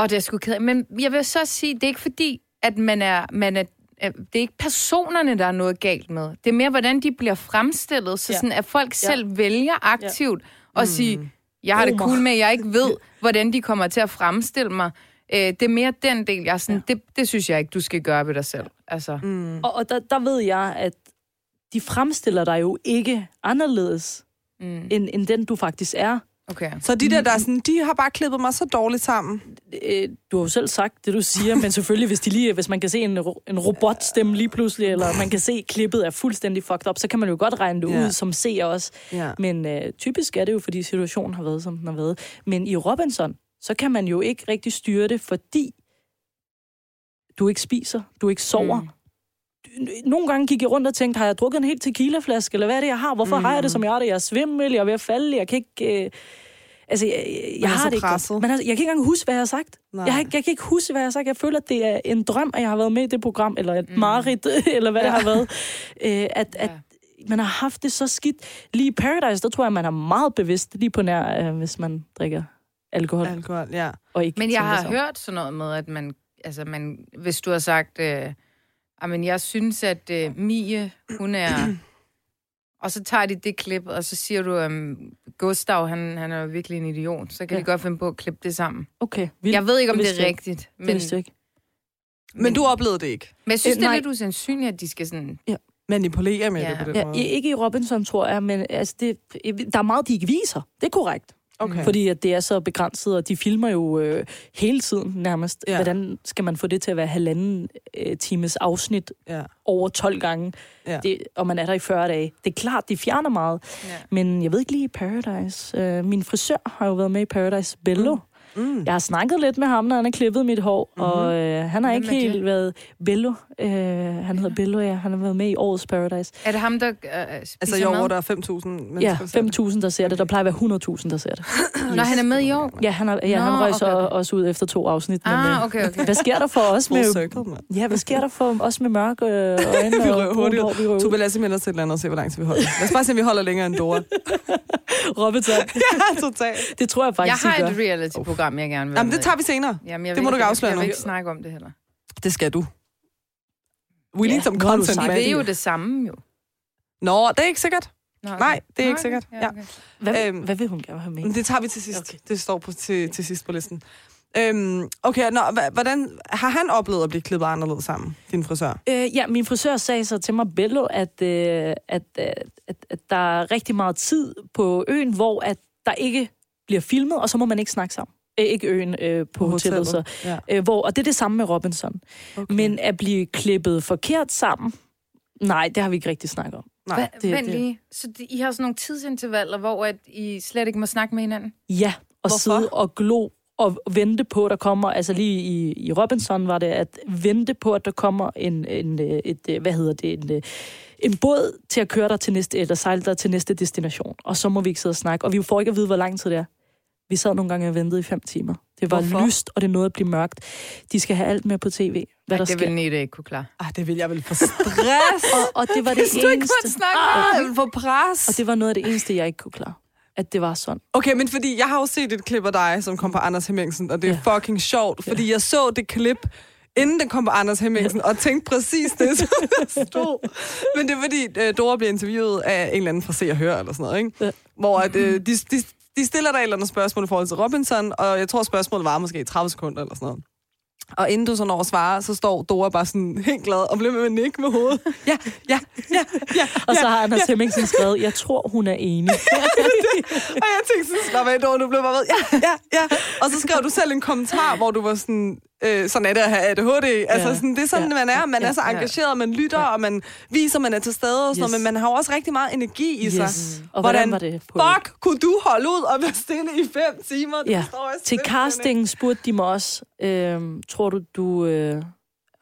Åh, det er sgu ked af. Men jeg vil så sige, det er ikke fordi, at man er, man er øh, det er ikke personerne, der er noget galt med. Det er mere, hvordan de bliver fremstillet, så
Ja.
sådan, at folk selv vælger aktivt ja. at sige, jeg har det
Romer."
cool med, jeg ikke ved, hvordan de kommer til at fremstille mig. Øh, det er mere den del, jeg er sådan, ja. det, det synes jeg ikke, du skal gøre ved dig selv. Altså, mm.
Og, og der, der ved jeg, at de fremstiller dig jo ikke anderledes, mm. end, end den du faktisk er.
okay.
Så de der, der er sådan, de har bare klippet mig så dårligt sammen.
Øh, Du har jo selv sagt det, du siger, men selvfølgelig, hvis, de lige, hvis man kan se en, ro- en robotstemme lige pludselig, eller man kan se, at klippet er fuldstændig fucked up, så kan man jo godt regne det
Ja.
ud som seer også.
Ja.
Men øh, typisk er det jo, fordi situationen har været, som den har været. Men i Robinson, så kan man jo ikke rigtig styre det, fordi du ikke spiser, du ikke sover.
Mm.
N- Nogle gange gik jeg rundt og tænkte, har jeg drukket en hel tequilaflaske, eller hvad er det, jeg har? Hvorfor mm. har jeg det, som jeg har det? Jeg er svimmel, jeg er ved at falde, jeg kan ikke... Øh, altså, jeg, jeg, jeg
er så
har det ikke
presset.
godt. Men altså, jeg kan ikke engang huske, hvad jeg har sagt.
Nej.
Jeg, har, ikke- jeg kan ikke huske, hvad jeg har sagt. Jeg føler, at det er en drøm, at jeg har været med i det program, eller et mm. mareridt, eller hvad ja. det har været. Øh, at, at man har haft det så skidt. Lige i Paradise, der tror jeg, man er meget bevidst lige på nær, øh, hvis man drikker alkohol. Ja.
Alkohol, ja.
Og ikke
Men jeg
tænker
har
sig om.
hørt sådan noget med, at man, altså man, hvis du har "Ah, sagt, øh, men jeg synes, at øh, Mie, hun er, Og så tager de det klip, og så siger du, um, Gustav, han, han er jo virkelig en idiot. Så kan ja.
Ja.
de godt finde på at klippe det sammen.
Okay,
Vildt.
vildt.
Jeg ved ikke, om det
Vidste
er
jeg
rigtigt. Men,
det vidste jeg ikke.
Men du oplevede det ikke.
men jeg synes,
Øh,
det er
nej.
lidt usandsynligt, at de skal sådan...
Manipulere med ja.
Ja.
det på den
Ja,
måde.
i- ikke i Robinson, tror jeg, men altså, det, der er meget, de ikke viser. Det er korrekt.
Okay.
Fordi at det er så begrænset, og de filmer jo øh, hele tiden nærmest.
Ja.
Ja. Hvordan skal man få det til at være halvanden øh, times afsnit
Ja.
over 12 gange,
Ja.
ja. det, og man er der i 40 dage? Det er klart, de fjerner meget.
Ja.
Men jeg ved ikke lige i Paradise. Øh, min frisør har jo været med i Paradise Bello.
Mm.
Jeg har snakket lidt med ham, når han har klippet mit hår, mm-hmm. og øh, han har
Mhm. Hvem
ikke
er det?
helt været Bello. Øh, han hedder Bello, ja. Han har været med i årets Paradise.
Er det ham, der øh, spiser
Altså i år, hvor
mad?
der er 5.000
Ja,
mennesker.
5.000, der ser det. Der plejer at være 100.000, der ser det.
Når han er med i år?
Ja, han, har, ja,
Ah. Nå,
han røg
okay.
så også ud efter to afsnit. men, øh,
Ah, okay, okay.
Hvad sker der for os
Full
med...
circle, mand.
Ja, hvad sker der for os med mørke øh, øjne?
Vi
og
røg
brunt
hurtigt.
hår? Vi røg
Tobbe,
ud.
lad os melde os til et eller andet og se, hvor lang tid vi holder. Lad os bare se, om vi holder længere end Dora.
Robinson.
ja, totalt.
Det tror jeg
Jeg
faktisk,
har
I gør.
et reality-program, jeg gerne vil
Jamen, det
med i.
tager vi senere.
Jamen, jeg
Det
vil
må
ikke-
du ikke afsløre
Jeg vil
nu.
ikke snakke om det heller.
Det skal du. We
Ja,
need some
nu har du
content,
sagt
Det er
man.
jo det samme, jo.
Nå, det er ikke sikkert.
Nå, okay.
Nej, det er
Nå,
ikke sikkert. Ja.
okay.
Hvad,
Øhm,
hvad vil hun gerne have med?
Men det tager vi til sidst. Okay.
Okay.
Det står på, til, til sidst på listen. Øhm, okay, nå, hva- hvordan har han oplevet at blive klippet anderledes sammen, din frisør?
Øh, ja, min frisør sagde så til mig, Bello, at, øh, at, øh, at, at der er rigtig meget tid på øen, hvor at der ikke bliver filmet, og så må man ikke snakke sammen. Øh, ikke øen øh, på, på hotellet. hotellet. Så,
Ja.
øh, hvor, og det er det samme med Robinson.
Okay.
Okay. Men at blive klippet forkert sammen, nej, det har vi ikke rigtig snakket om.
Nej,
Hva,
det-
vent
det-
lige. Så de, I har sådan nogle tidsintervaller, hvor at I slet ikke må snakke med hinanden?
Ja, og
Hvorfor?
Hvorfor? sidde og glo og vente på, at der kommer, altså lige i, i Robinson var det, at vente på, at der kommer en, en øh, et, øh, hvad hedder det, en, øh, en båd til at køre dig til næste, eller sejle dig til næste destination. Og så må vi ikke sidde og snakke, og vi får ikke at vide, hvor lang tid det er. Vi sad nogle gange og ventede i fem timer. Det var
Hvorfor?
Hvorfor? lyst, og det nåede at blive mørkt. De skal have alt med på tv, hvad der
det
sker.
vil Nita ikke kunne klare.
Ah, det vil jeg vel få stress.
Og, og det var det
Du ikke kunne
eneste.
snakke med
Ah, jeg vil få pres.
Og det var noget af det eneste, jeg ikke kunne klare. At det var sådan.
Okay, men fordi jeg har jo set et klip af dig, som kom på Anders Hemmingsen, og det er
Ja.
fucking sjovt, fordi jeg så det klip, inden den kom på Anders Hemmingsen, og tænkte præcis det, som der stod. Men det er fordi, øh, Dora bliver interviewet af en eller anden fra Se og Hør, eller sådan noget, ikke?
Ja.
Hvor at, øh, de, de, de stiller dig et eller andet spørgsmål i forhold til Robinson, og jeg tror, spørgsmålet var måske i 30 sekunder, eller sådan noget. Og inden du så når at svare, så står Dora bare sådan helt glad og bliver med at nikke med hovedet. Ja, ja, ja, ja.
Og så har Anders Hemmingsen skrevet, jeg tror, hun er enig.
Og jeg tænkte sådan, slap af, Dora, du blev bare ved. Ja, ja, ja. Og så skrev du selv en kommentar, hvor du var sådan, øh, sådan er det at have ADHD. Altså,
Ja.
sådan, det er sådan,
Ja.
man er. Man er
Ja.
så engageret, og man lytter, og man viser, man er til stede og sådan yes.
Yes.
noget, men man har jo også rigtig meget energi i sig.
Yes. Og hvordan var det på-
Fuck, kunne du holde ud og være stille i fem timer? Det
Ja.
forstår jeg
Til
simpelthen ikke.
casting spurgte de mig også, øhm, tror du, du... Øh,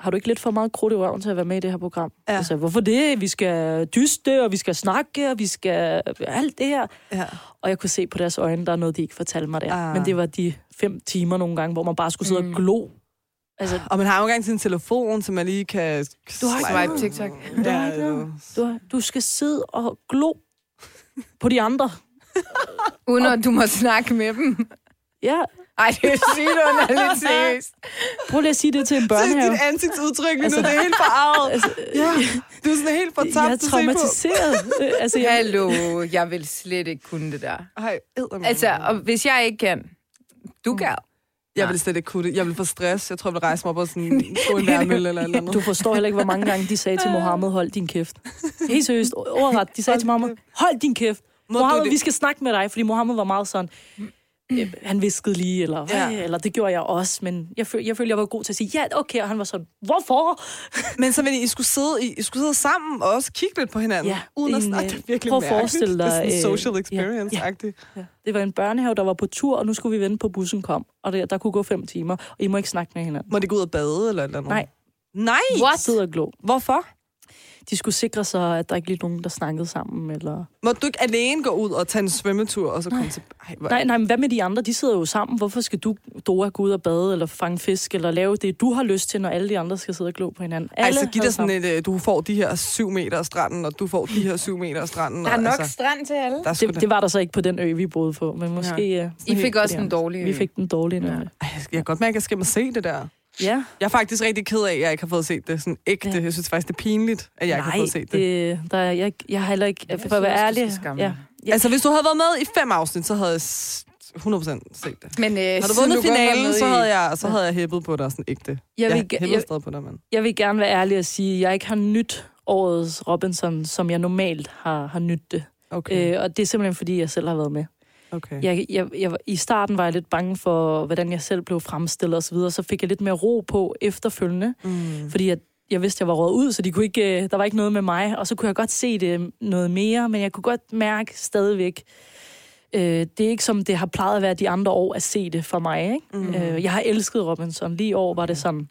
har du ikke lidt for meget krudt i røven til at være med i det her program?
Ja.
Altså, hvorfor det? Vi skal dyste, og vi skal snakke, og vi skal alt det her.
Ja.
Og jeg kunne se på deres øjne, der er noget, de ikke fortalte mig der.
Øh. Ah. Mm.
Men det var de fem timer nogle gange, hvor man bare skulle sidde og glo. Altså,
Og man har jo ikke engang sin telefon, så man lige kan...
Du har ikke
Swipe TikTok.
Du har ikke noget. du, du skal sidde og glo på de andre.
Uden at du må snakke med dem.
Ja,
Ej, det er sygt underligt seriøst.
prøv lige at sige det til en
Se
børnehave.
dit ansigtsudtryk lige nu,
Altså-
det er helt forarvet.
Altså,
Ja, du er sådan helt fortabt
jeg er
at se på.
traumatiseret. Øh, altså, jeg,
Hallo, jeg vil slet ikke kunne det der.
Ej, eddermame.
Altså, og hvis jeg ikke kan, du kan.
Jeg ville slet ikke kunne det. Jeg ville få stress. Jeg tror, jeg ville rejse mig op og sådan få en værmølle eller et eller andet.
Du forstår heller ikke, hvor mange gange de sagde til Mohammed, hold din kæft. Helt seriøst, overret. De sagde til Mohammed, hold din kæft.
Må du
Mohammed,
det?
vi skal snakke med dig, fordi Mohammed var meget sådan, øh, han viskede lige, eller,
Ja.
ja. eller det gjorde jeg også, men jeg, føl, jeg følte, jeg var god til at sige, ja, okay, og han var sådan, hvorfor?
Men så ville I, I skulle sidde, I, I skulle sidde sammen og også kigge lidt på hinanden.
Ja,
uden at
en,
snakke.
øh,
Det er virkelig
prøv at
mærkeligt.
forestille
Det er
dig,
sådan en
øh,
social
ja,
experience-agtigt.
Det var en børnehave, der var på tur, og nu skulle vi vente på, at bussen kom, og der, der kunne gå fem timer, og I må ikke snakke med hinanden.
Må det gå ud og bade eller et eller andet?
Nej.
Nej?
What?
Sid og glo.
Hvorfor?
De skulle sikre sig, at der ikke lige var nogen, der snakkede sammen, eller...
Må du ikke alene gå ud og tage en svømmetur og så komme til... Ej, hvor...
Nej, nej, men hvad med de andre? De sidder jo sammen. Hvorfor skal du, Dora, gå ud og bade, eller fange fisk, eller lave det, du har lyst til, når alle de andre skal sidde og glo på hinanden? Alle
altså, giv
havde
dig sådan et, øh, du får de her syv meter af stranden, og du får de her syv meter af stranden.
Der er
og, altså,
nok strand til alle.
der er sgu
sammen. det, det var der så ikke på den ø, vi boede på, men måske... Ja.
I fik også den dårlige ø.
Vi fik den dårlige ø. Ja.
Ej, jeg kan godt mærke, at jeg skal mig se det der.
Ja.
Jeg er faktisk rigtig ked af, at jeg ikke har fået set det sådan ægte.
Ja.
Ja. Jeg synes faktisk, det er pinligt, at jeg ikke har fået set det.
det der, er- jeg, jeg har heller ikke... Jeg for at være
synes, du skal
ærlig...
skamme
Ja.
dig.
Ja.
Altså, hvis du havde været med i fem afsnit, så havde jeg s- 100% set det.
Men, øh,
Har du
siden
vundet
godt var
finalen,
med
så
i-
havde jeg, så havde jeg hæppet på dig sådan ægte.
Jeg, vil,
jeg
jeg,
hæppede
jeg,
stadig på dig, mand.
jeg vil gerne være ærlig og sige, at jeg ikke har nyt årets Robinson, som jeg normalt har, har nyt det.
Okay,
Øh, og det er simpelthen, fordi jeg selv har været med.
okay.
Jeg, jeg, jeg, I starten var jeg lidt bange for, hvordan jeg selv blev fremstillet osv., så, videre. så fik jeg lidt mere ro på efterfølgende, mm. fordi jeg, jeg vidste, jeg var røget ud, så de kunne ikke, øh, der var ikke noget med mig, og så kunne jeg godt se det øh, noget mere, men jeg kunne godt mærke stadigvæk, øh, det er ikke som det har plejet at være de andre år at se det for mig. Ikke? Mm. Øh, jeg har elsket Robinson. Lige i år var det sådan,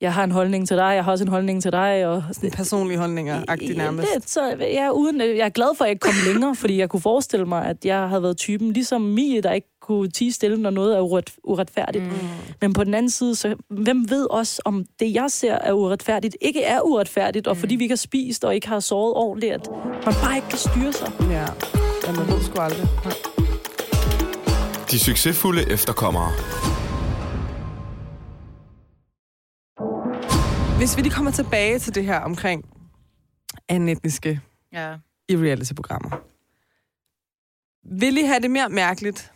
jeg har en holdning til dig, jeg har også en holdning til dig, og
Sådan personlige holdninger-agtigt nærmest.
Lidt, så jeg, er uden, øh, jeg er glad for, at jeg ikke kom længere, fordi jeg kunne forestille mig, at jeg havde været typen, ligesom Mie, der ikke kunne tige stille, når noget er uret, uretfærdigt. Mm. Men på den anden side, så hvem ved også, om det, jeg ser er uretfærdigt, ikke er uretfærdigt,
Mm.
og fordi vi ikke har spist og ikke har sovet ordentligt, at man bare ikke kan styre sig.
Ja, ja man ved sgu aldrig.
De succesfulde efterkommere.
Hvis vi lige kommer tilbage til det her omkring anetniske
Ja.
i reality-programmer. Vil I have det mere mærkeligt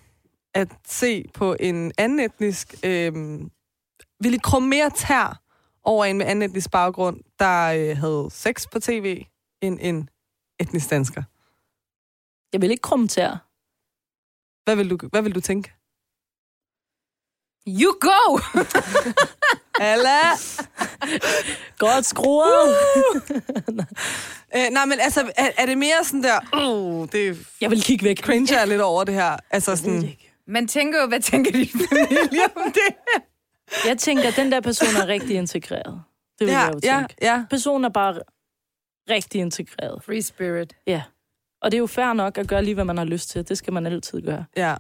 at se på en anden etnisk... Øh, vil I krumme mere tær over en med anden etnisk baggrund, der øh, havde sex på tv, end en etnisk dansker?
Jeg vil ikke kommentere.
Hvad vil du, hvad vil du tænke?
You go!
Alla!
Godt skruet!
Øh, nej, men altså, er, er det mere sådan der... Uh, det
jeg vil kigge væk.
cringer jeg lidt over det her. Altså
Jeg,
sådan...
Man tænker jo, hvad tænker din familie om det?
jeg tænker, at den der person er rigtig integreret. Det vil ja,
Ja,
jeg jo tænke.
ja,
Ja.
ja.
Personen er bare rigtig integreret.
Free spirit.
Ja. Og det er jo fair nok at gøre lige, hvad man har lyst til. Det skal man altid gøre.
Ja.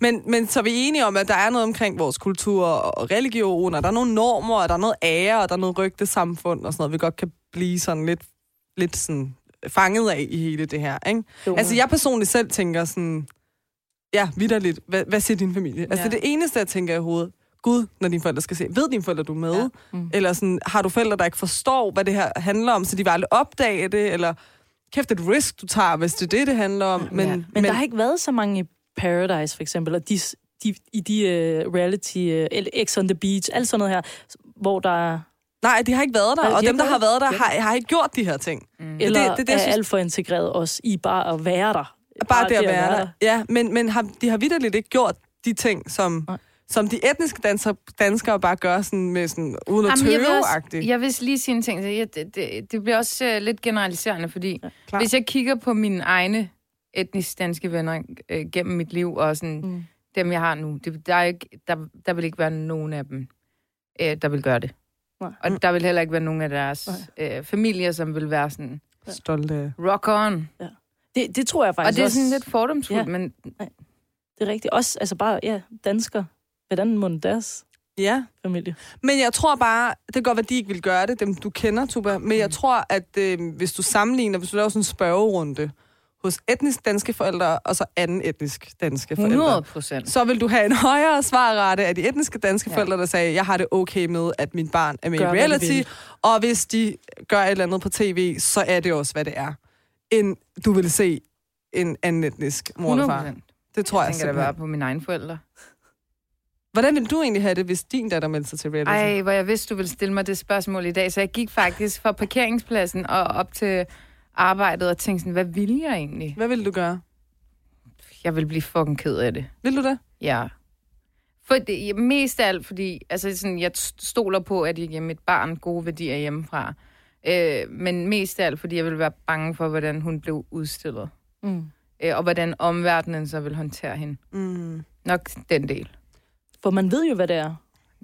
Men, men så er vi enige om, at der er noget omkring vores kultur og religion, og der er nogle normer, og der er noget ære, og der er noget rygtesamfund og sådan noget, vi godt kan blive sådan lidt, lidt sådan fanget af i hele det her, ikke?
Jo.
Altså, jeg personligt selv tænker sådan, ja, vidderligt, hvad, hvad siger din familie? Altså,
Ja.
ja. det er det eneste, jeg tænker i hovedet. Gud, når dine forældre skal se. Ved dine forældre, du er med?
Ja.
Ja. Mm. Eller sådan, har du forældre, der ikke forstår, hvad det her handler om, så de vil aldrig opdage det? Eller kæft, det er et risk, du tager, hvis det er det, det handler om. Men,
men, men der har ikke været så mange i Paradise, for eksempel, og de, de, i de uh, reality, uh, eller X on the Beach, alt sådan noget her, hvor der er-
Nej, de har ikke været
Nej,
der, og
de har
dem, der
ikke
har været der, har, har ikke gjort de her ting. Mm.
eller
det, det, det, jeg
er
synes,
alt for integreret også i bare at være der.
bare det at være der. Ja, men, men har, de har vidderligt ikke gjort de ting, som,
Nej.
som de etniske danser, danskere bare gør sådan med sådan, uden at
jeg, vil
tøve
også, jeg vil lige sige en ting. til. Jeg, det, det, det bliver også øh, lidt generaliserende, fordi ja,
klar.
hvis jeg kigger på mine egne etnisk danske venner øh, gennem mit liv, og sådan, mm. dem, jeg har nu, det, der, er ikke, der, der vil ikke være nogen af dem, øh, der vil gøre det.
Nej.
Og der vil heller ikke være nogen af deres øh, familier, som vil være sådan,
Stolt af.
rock on.
Det, det tror jeg
Og
faktisk
det er
også,
sådan lidt fordomsfuldt,
Ja.
ja. men
det er rigtigt. Også altså bare, ja, danskere. Hvordan må deres
Ja,
familie?
men jeg tror bare, det kan godt være, de ikke vil gøre det, dem du kender, Tuba, men jeg tror, at øh, hvis du sammenligner, hvis du laver sådan en spørgerunde hos etnisk danske forældre, og så anden etnisk danske forældre,
100 procent.
så vil du have en højere svarrate af de etniske danske
Ja.
ja. forældre, der sagde, jeg har det okay med, at min barn er med
Gør,
gør,
hvad
i
de
reality,
vil.
og hvis de gør et eller andet på tv, så er det også, hvad det er, end du vil se en anden etnisk mor eller
100
far.
procent.
Det tror
Jeg
jeg, jeg
tænker da bare
simpelthen.
på mine egne forældre.
Hvordan vil du egentlig have det, hvis din datter meldte sig til reality?
Ej, hvor jeg vidste, du ville stille mig det spørgsmål i dag. Så jeg gik faktisk fra parkeringspladsen og op til arbejdet og tænkte sådan, hvad vil jeg egentlig?
Hvad vil du gøre?
Jeg vil blive fucking ked af det.
Vil du det?
Ja. For det, mest af alt, fordi altså sådan, jeg stoler på, at jeg giver mit barn gode værdier hjemmefra. Øh, men mest af alt, fordi jeg vil være bange for, hvordan hun blev udstillet.
Mm.
Øh, og hvordan omverdenen så vil håndtere hende.
Mm.
Nok den del.
For man ved jo, hvad det er.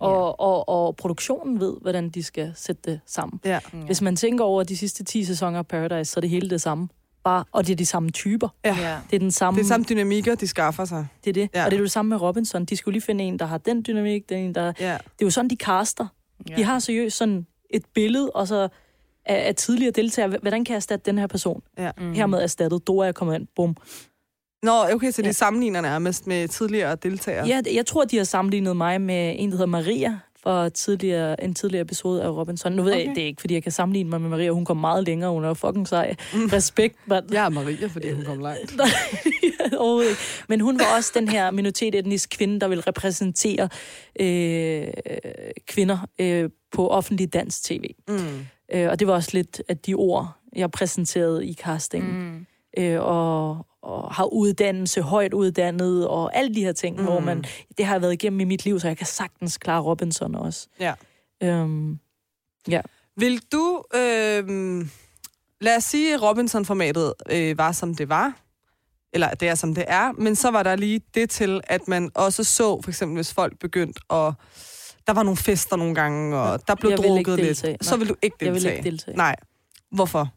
Og, og, og produktionen ved, hvordan de skal sætte det sammen.
Ja.
Hvis man tænker over de sidste 10 sæsoner af Paradise, så er det hele det samme. Bare, og det er de samme typer.
ja.
Ja.
Det er den samme,
Det er samme dynamikker, de skaffer sig.
det, er det. Ja.
Ja.
Og det er jo det samme med Robinson. De skulle lige finde en, der har den dynamik, den en, der...
Ja.
Det er jo sådan, de caster. Ja.
Ja.
De har seriøst sådan et billede, og så af, af tidligere deltagere, H- hvordan kan jeg erstatte den her person?
Ja.
Mm. Hermed erstattet, Dora er kommet ind, bum.
Nå, okay, så de
Ja.
sammenligner nærmest med tidligere deltagere.
Ja, det- jeg tror, de har sammenlignet mig med en, der hedder Maria for tidligere, en tidligere episode af Robinson. Nu ved okay.
Okay.
jeg, det er ikke, fordi jeg kan sammenligne mig med Maria. Hun kom meget længere, hun er jo fucking sej.
Mm.
Respekt, mand.
Jeg er Maria, fordi hun kom langt.
Nej, overhovedet ikke. Men hun var også den her minoritetetnisk kvinde, der ville repræsentere øh, kvinder øh, på offentlig dansk tv.
Mm.
Øh, og det var også lidt af de ord, jeg præsenterede i castingen. Mm.
Mm.
Øh, og, og har uddannelse, højt uddannet og alle de her ting, mm. hvor man... Det har jeg været igennem i mit liv, så jeg kan sagtens klare Robinson også.
Ja.
Øhm,
Vil du... Øh, lad os sige, at Robinson-formatet øh, var, som det var. Eller det er, som det er. Men så var der lige det til, at man også så, for eksempel hvis folk begyndte at... Der var nogle fester nogle gange, og der blev
Jeg vil ikke
drukket lidt.
deltage.
Så
Nej,
vil du ikke deltage?
jeg vil ikke deltage.
Nej. Hvorfor?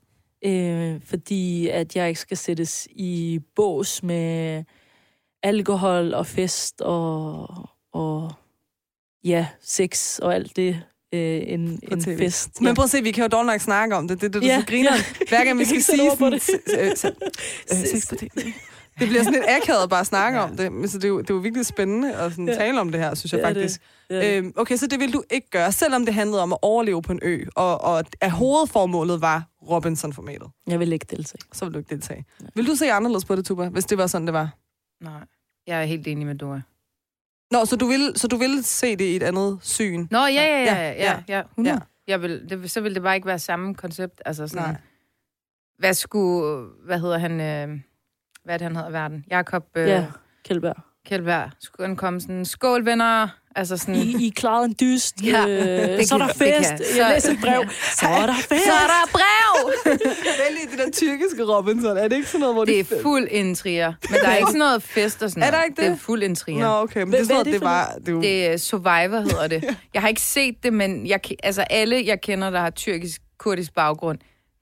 øh, fordi at jeg ikke skal sættes i bås med alkohol og fest og, og ja, sex og alt det, øh, en,
På
en
TV.
fest.
Men prøv at se, vi kan jo dog nok snakke om det. Det er det, du
Ja,
ja, så griner. Ja. Hver gang vi
Jeg kan
skal sige
ikke sætte ord på
sådan...
det.
s- øh, s- øh, sex på TV. Det bliver sådan lidt akavet at bare snakke ja. om det. Men Så det er, jo, det er jo virkelig spændende at sådan
Ja.
tale om det her, synes jeg
Det er det.
faktisk.
Ja. Øh,
Øhm, okay, så det ville du ikke gøre, selvom det handlede om at overleve på en ø, og, og at hovedformålet var Robinson-formatet.
jeg vil ikke deltage.
Så ville du ikke deltage. Vil du se anderledes på det, Tuba, hvis det var sådan, det var?
Nej, jeg er helt enig med Dora.
Nå, så du ville, så du ville se det i et andet syn?
Nå, ja, ja,
Ja,
ja, ja, ja, 100.
ja.
Ja. Jeg vil, det, så ville det bare ikke være samme koncept. Altså sådan,
Nej.
Nej. hvad skulle, hvad hedder han, øh, hvad er det, han hedder i verden? Jakob øh,
Ja,
ja.
Kjeldberg.
Kjeldberg. Skulle han komme sådan, skål venner, altså sådan...
I, I klarede en dyst.
Ja,
Ja, øh,
det
så er
kan-
der
det kan-
fest.
så-
Jeg læser et brev. Så er der fest.
Så er der brev!
Vælg det der tyrkiske Robinson. Er det ikke sådan noget, hvor
Det er fuld intriger. Men der er ikke sådan noget fest og sådan
Er der
noget.
ikke
Det er
det?
fuld intriger.
Nå, okay, men
Hvad-
det er sådan
hvad er
noget,
det
det
for
var... Det, er jo-
Det er Survivor, hedder det. Jeg har ikke set det, men jeg, ke- altså alle, jeg kender, der har tyrkisk-kurdisk baggrund,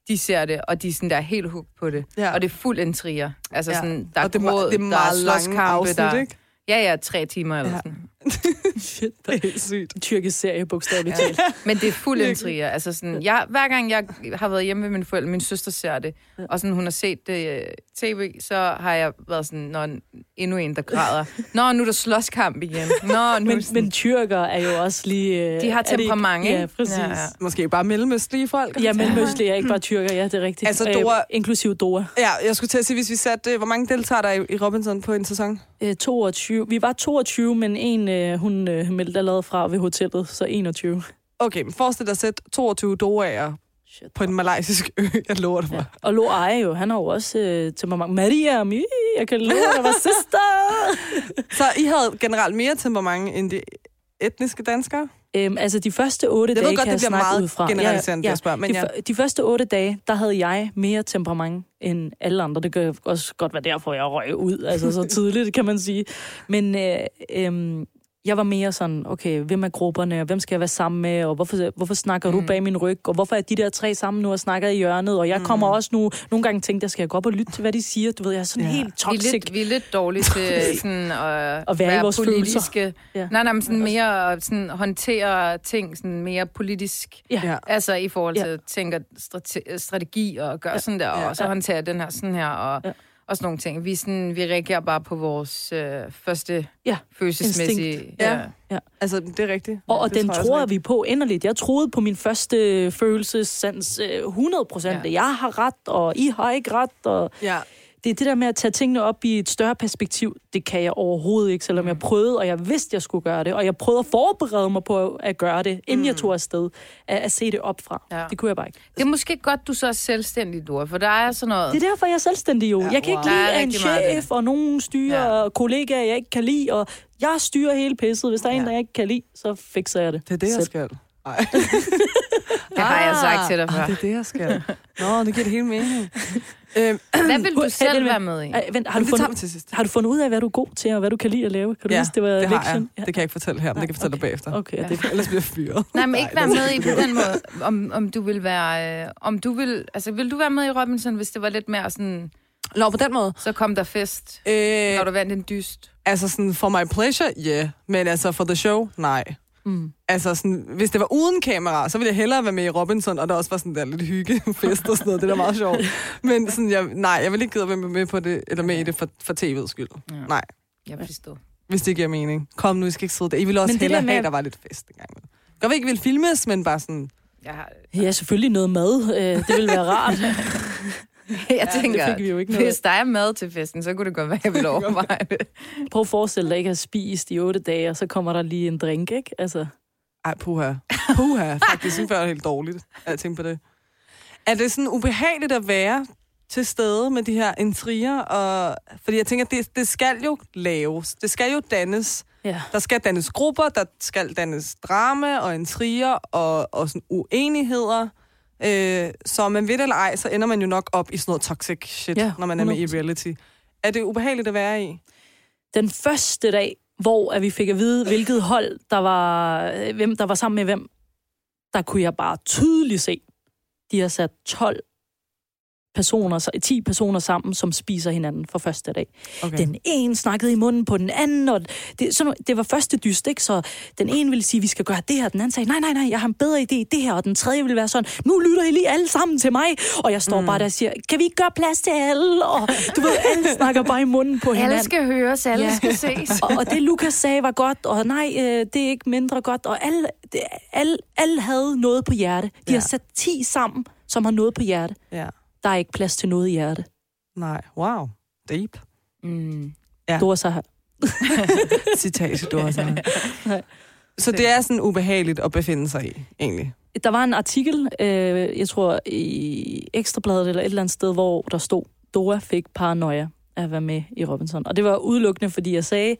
de ser det, og de er sådan der er helt hooked på det.
Ja.
Og det er fuld intriger. Altså
Ja.
ja. sådan, der er
Og det er me-
gråd,
det er meget
der er
lange
slåskampe,
afsnit,
der...
ikke?
Ja, ja, tre timer eller
Ja.
ja. sådan.
Shit,
det er helt sygt.
tyrkisk serie, bogstaveligt
Ja.
talt.
Men det er fuld
Virkelig.
intriger. Altså sådan, jeg, hver gang jeg har været hjemme med mine forældre, min søster ser det, og sådan, hun har set det øh, tv, så har jeg været sådan, når endnu en, der græder. Nå, nu er der slåskamp igen. Nå, nu
Men,
sådan,
men tyrker er jo også lige... øh,
de har
er det ikke-
temperament,
Ja, præcis. Ja, ja.
Måske bare mellemøstlige folk?
Ja, men møslig er ikke bare tyrker, ja, det er rigtigt.
Altså, Dora-
Øh, inklusiv Dora.
Ja, jeg skulle til at sige, hvis vi satte... øh, Hvor mange deltager der er i- i Robinson på en sæson?
Øh, 22. Vi var 22, men en, øh, hun øh, meldte allerede fra ved hotellet, så 21.
Okay, men forestil dig at sætte 22 doager
Shit.
på en malaysisk ø. Jeg lover dig for.
Og Lo Aje jo, han har jo også øh, temperament. Maria, mi, jeg kan love, der var søster.
Så I havde generelt mere temperament end de etniske danskere?
øhm, altså, de første otte
Jeg
dage
ved godt,
kan
det bliver
snakke
meget
ud fra.
generaliserende, ja, ja. jeg spørger, men
de,
ja.
f- de første otte dage, der havde jeg mere temperament end alle andre. Det kan også godt være derfor, jeg røg ud altså så tidligt, kan man sige. Men øh, øh, jeg var mere sådan, okay, hvem er grupperne, og hvem skal jeg være sammen med, og hvorfor, hvorfor snakker mm. du bag min ryg, og hvorfor er de der tre sammen nu og snakker i hjørnet, og jeg
Mm.
kommer også nu, nogle gange tænkte jeg, skal jeg gå op og lytte til, hvad de siger? Du ved, jeg er sådan
Ja.
ja. helt
Vi
toxic.
er lidt, vi er lidt dårlige til øh, sådan, at,
At være i vores følelser.
politiske.
Ja.
Ja. Nej, nej, men sådan mere at sådan, håndtere ting sådan mere politisk.
Ja.
Ja.
Altså i forhold til
Ja.
ja. tænker strate- strategi og gøre ja. sådan der, og
Ja.
ja. så håndtere den her sådan her, og,
Ja.
ja. og sådan nogle ting. Vi, er sådan, vi reagerer bare på vores øh, første
Ja.
følelsesmæssige...
Ja. Altså, det er rigtigt.
Og, og
Det
den
jeg
tror
også
vi på endeligt. Jeg troede på min første følelsessans øh, 100 procent.
Ja.
Ja. Jeg har ret, og I har ikke ret. Og
rigtigt. Ja.
det er det der med at tage tingene op i et større perspektiv. Det kan jeg overhovedet ikke, selvom jeg prøvede, og jeg vidste, jeg skulle gøre det. Og jeg prøvede at forberede mig på at gøre det, inden mm. jeg tog afsted. At, at se det opfra.
Ja.
Ja. Det kunne jeg bare ikke.
Det er måske godt, du så er selvstændig, Dora, for der er sådan noget...
Det er derfor, jeg er selvstændig jo. Ja, jeg kan
wow.
ikke lide
Der er
at en
rigtig meget af det.
chef og nogen styrer
Ja.
og kollegaer, jeg ikke kan lide. Og jeg styrer hele pisset. Hvis der er en,
Ja.
der jeg ikke kan lide, så fikser jeg det.
Det er det, jeg
selv.
skal. Ej.
Det har jeg sagt til dig
Ah,
før.
det er det, jeg skal. Nå, det giver det hele mening. øhm,
Hvad vil
Hey,
du selv
Elvin.
være med i?
Ej, vent, har
har
du
det
fundet,
tager vi til sidst.
Har du fundet ud af, hvad du er god til, og hvad du kan lide at lave? Kan du huske, det var
det har jeg.
lektion?
Det kan jeg ikke fortælle her, men det kan jeg fortælle dig bagefter.
Okay, ja.
Ja.
det
Ellers bliver jeg fyret.
Nej, men ikke være med i på den måde, om, om du vil være... Øh, om du vil, altså, vil du være med i Robinson, hvis det var lidt mere sådan,
Nå, på den måde.
så kom der fest,
Øh,
når du vandt en dyst?
Altså sådan, for my pleasure, ja. Yeah. Men altså, for the show, nej.
Mm.
Altså sådan, hvis det var uden kamera, så ville jeg hellere være med i Robinson, og der også var sådan der lidt hyggefest og sådan noget. Det er da meget sjovt. Men sådan, jeg, nej, jeg vil ikke gide at være med på det, eller med i det for, for tv'ets skyld.
Ja.
Nej.
Jeg forstår.
hvis det giver mening. Kom nu, I skal ikke sidde der. I ville også
Men det
hellere
der med
have, at
at-
der var lidt fest engang. Godt, vi ikke ville filmes, men bare sådan...
Jeg, har,
Ja, selvfølgelig noget mad. Øh, det ville være rart.
jeg
Ja,
ja, tænker,
det fik vi jo ikke noget.
hvis der er mad til festen, så kunne det godt være, at jeg ville overveje det.
Prøv at forestille dig ikke at have spist i otte dage, og så kommer der lige en drink, ikke? Altså,
Ej, puha. Puha. Faktisk, synes jeg, det var helt dårligt, at tænke på det. Er det sådan ubehageligt at være til stede med de her intriger? Og, fordi jeg tænker, det, det skal jo laves. Det skal jo dannes.
ja.
Der skal dannes grupper, der skal dannes drama og intriger og, og sådan uenigheder. Øh, så om man ved det eller ej, så ender man jo nok op i sådan noget toxic shit,
Ja,
ja, når man er med i
100%.
reality. Er det ubehageligt at være i?
Den første dag, hvor at vi fik at vide, hvilket hold, der var, øh, hvem der var sammen med hvem, der kunne jeg bare tydeligt se, de har sat 12 personer, så- 10 personer sammen, som spiser hinanden for første dag.
Okay.
Den ene snakkede i munden på den anden, og det, sådan, noget- det var første dyst, ikke? Så den ene ville sige, vi skal gøre det her, den anden sagde, nej, nej, nej, jeg har en bedre idé i det her, og den tredje ville være sådan, nu lytter I lige alle sammen til mig, og jeg står mm. bare der og siger, kan vi ikke gøre plads til alle? Og du ved, alle snakker bare i munden på hinanden.
Alle skal høres, alle
Ja.
ja. skal ses.
Og, og det Lukas sagde var godt, og nej, øh, det er ikke mindre godt, og alle, det, alle, alle havde noget på hjerte. De ja.
Ja.
har sat 10 sammen, som har noget på hjerte.
Ja.
Der er ikke plads til noget i hjerte.
Nej. Wow. Deep.
Mm.
Ja.
Du så her.
citat, du har sagt. Så det er sådan ubehageligt at befinde sig i, egentlig.
Der var en artikel, øh, jeg tror i Ekstrabladet eller et eller andet sted, hvor der stod, Dora fik paranoia af at være med i Robinson. Og det var udelukkende, fordi jeg sagde,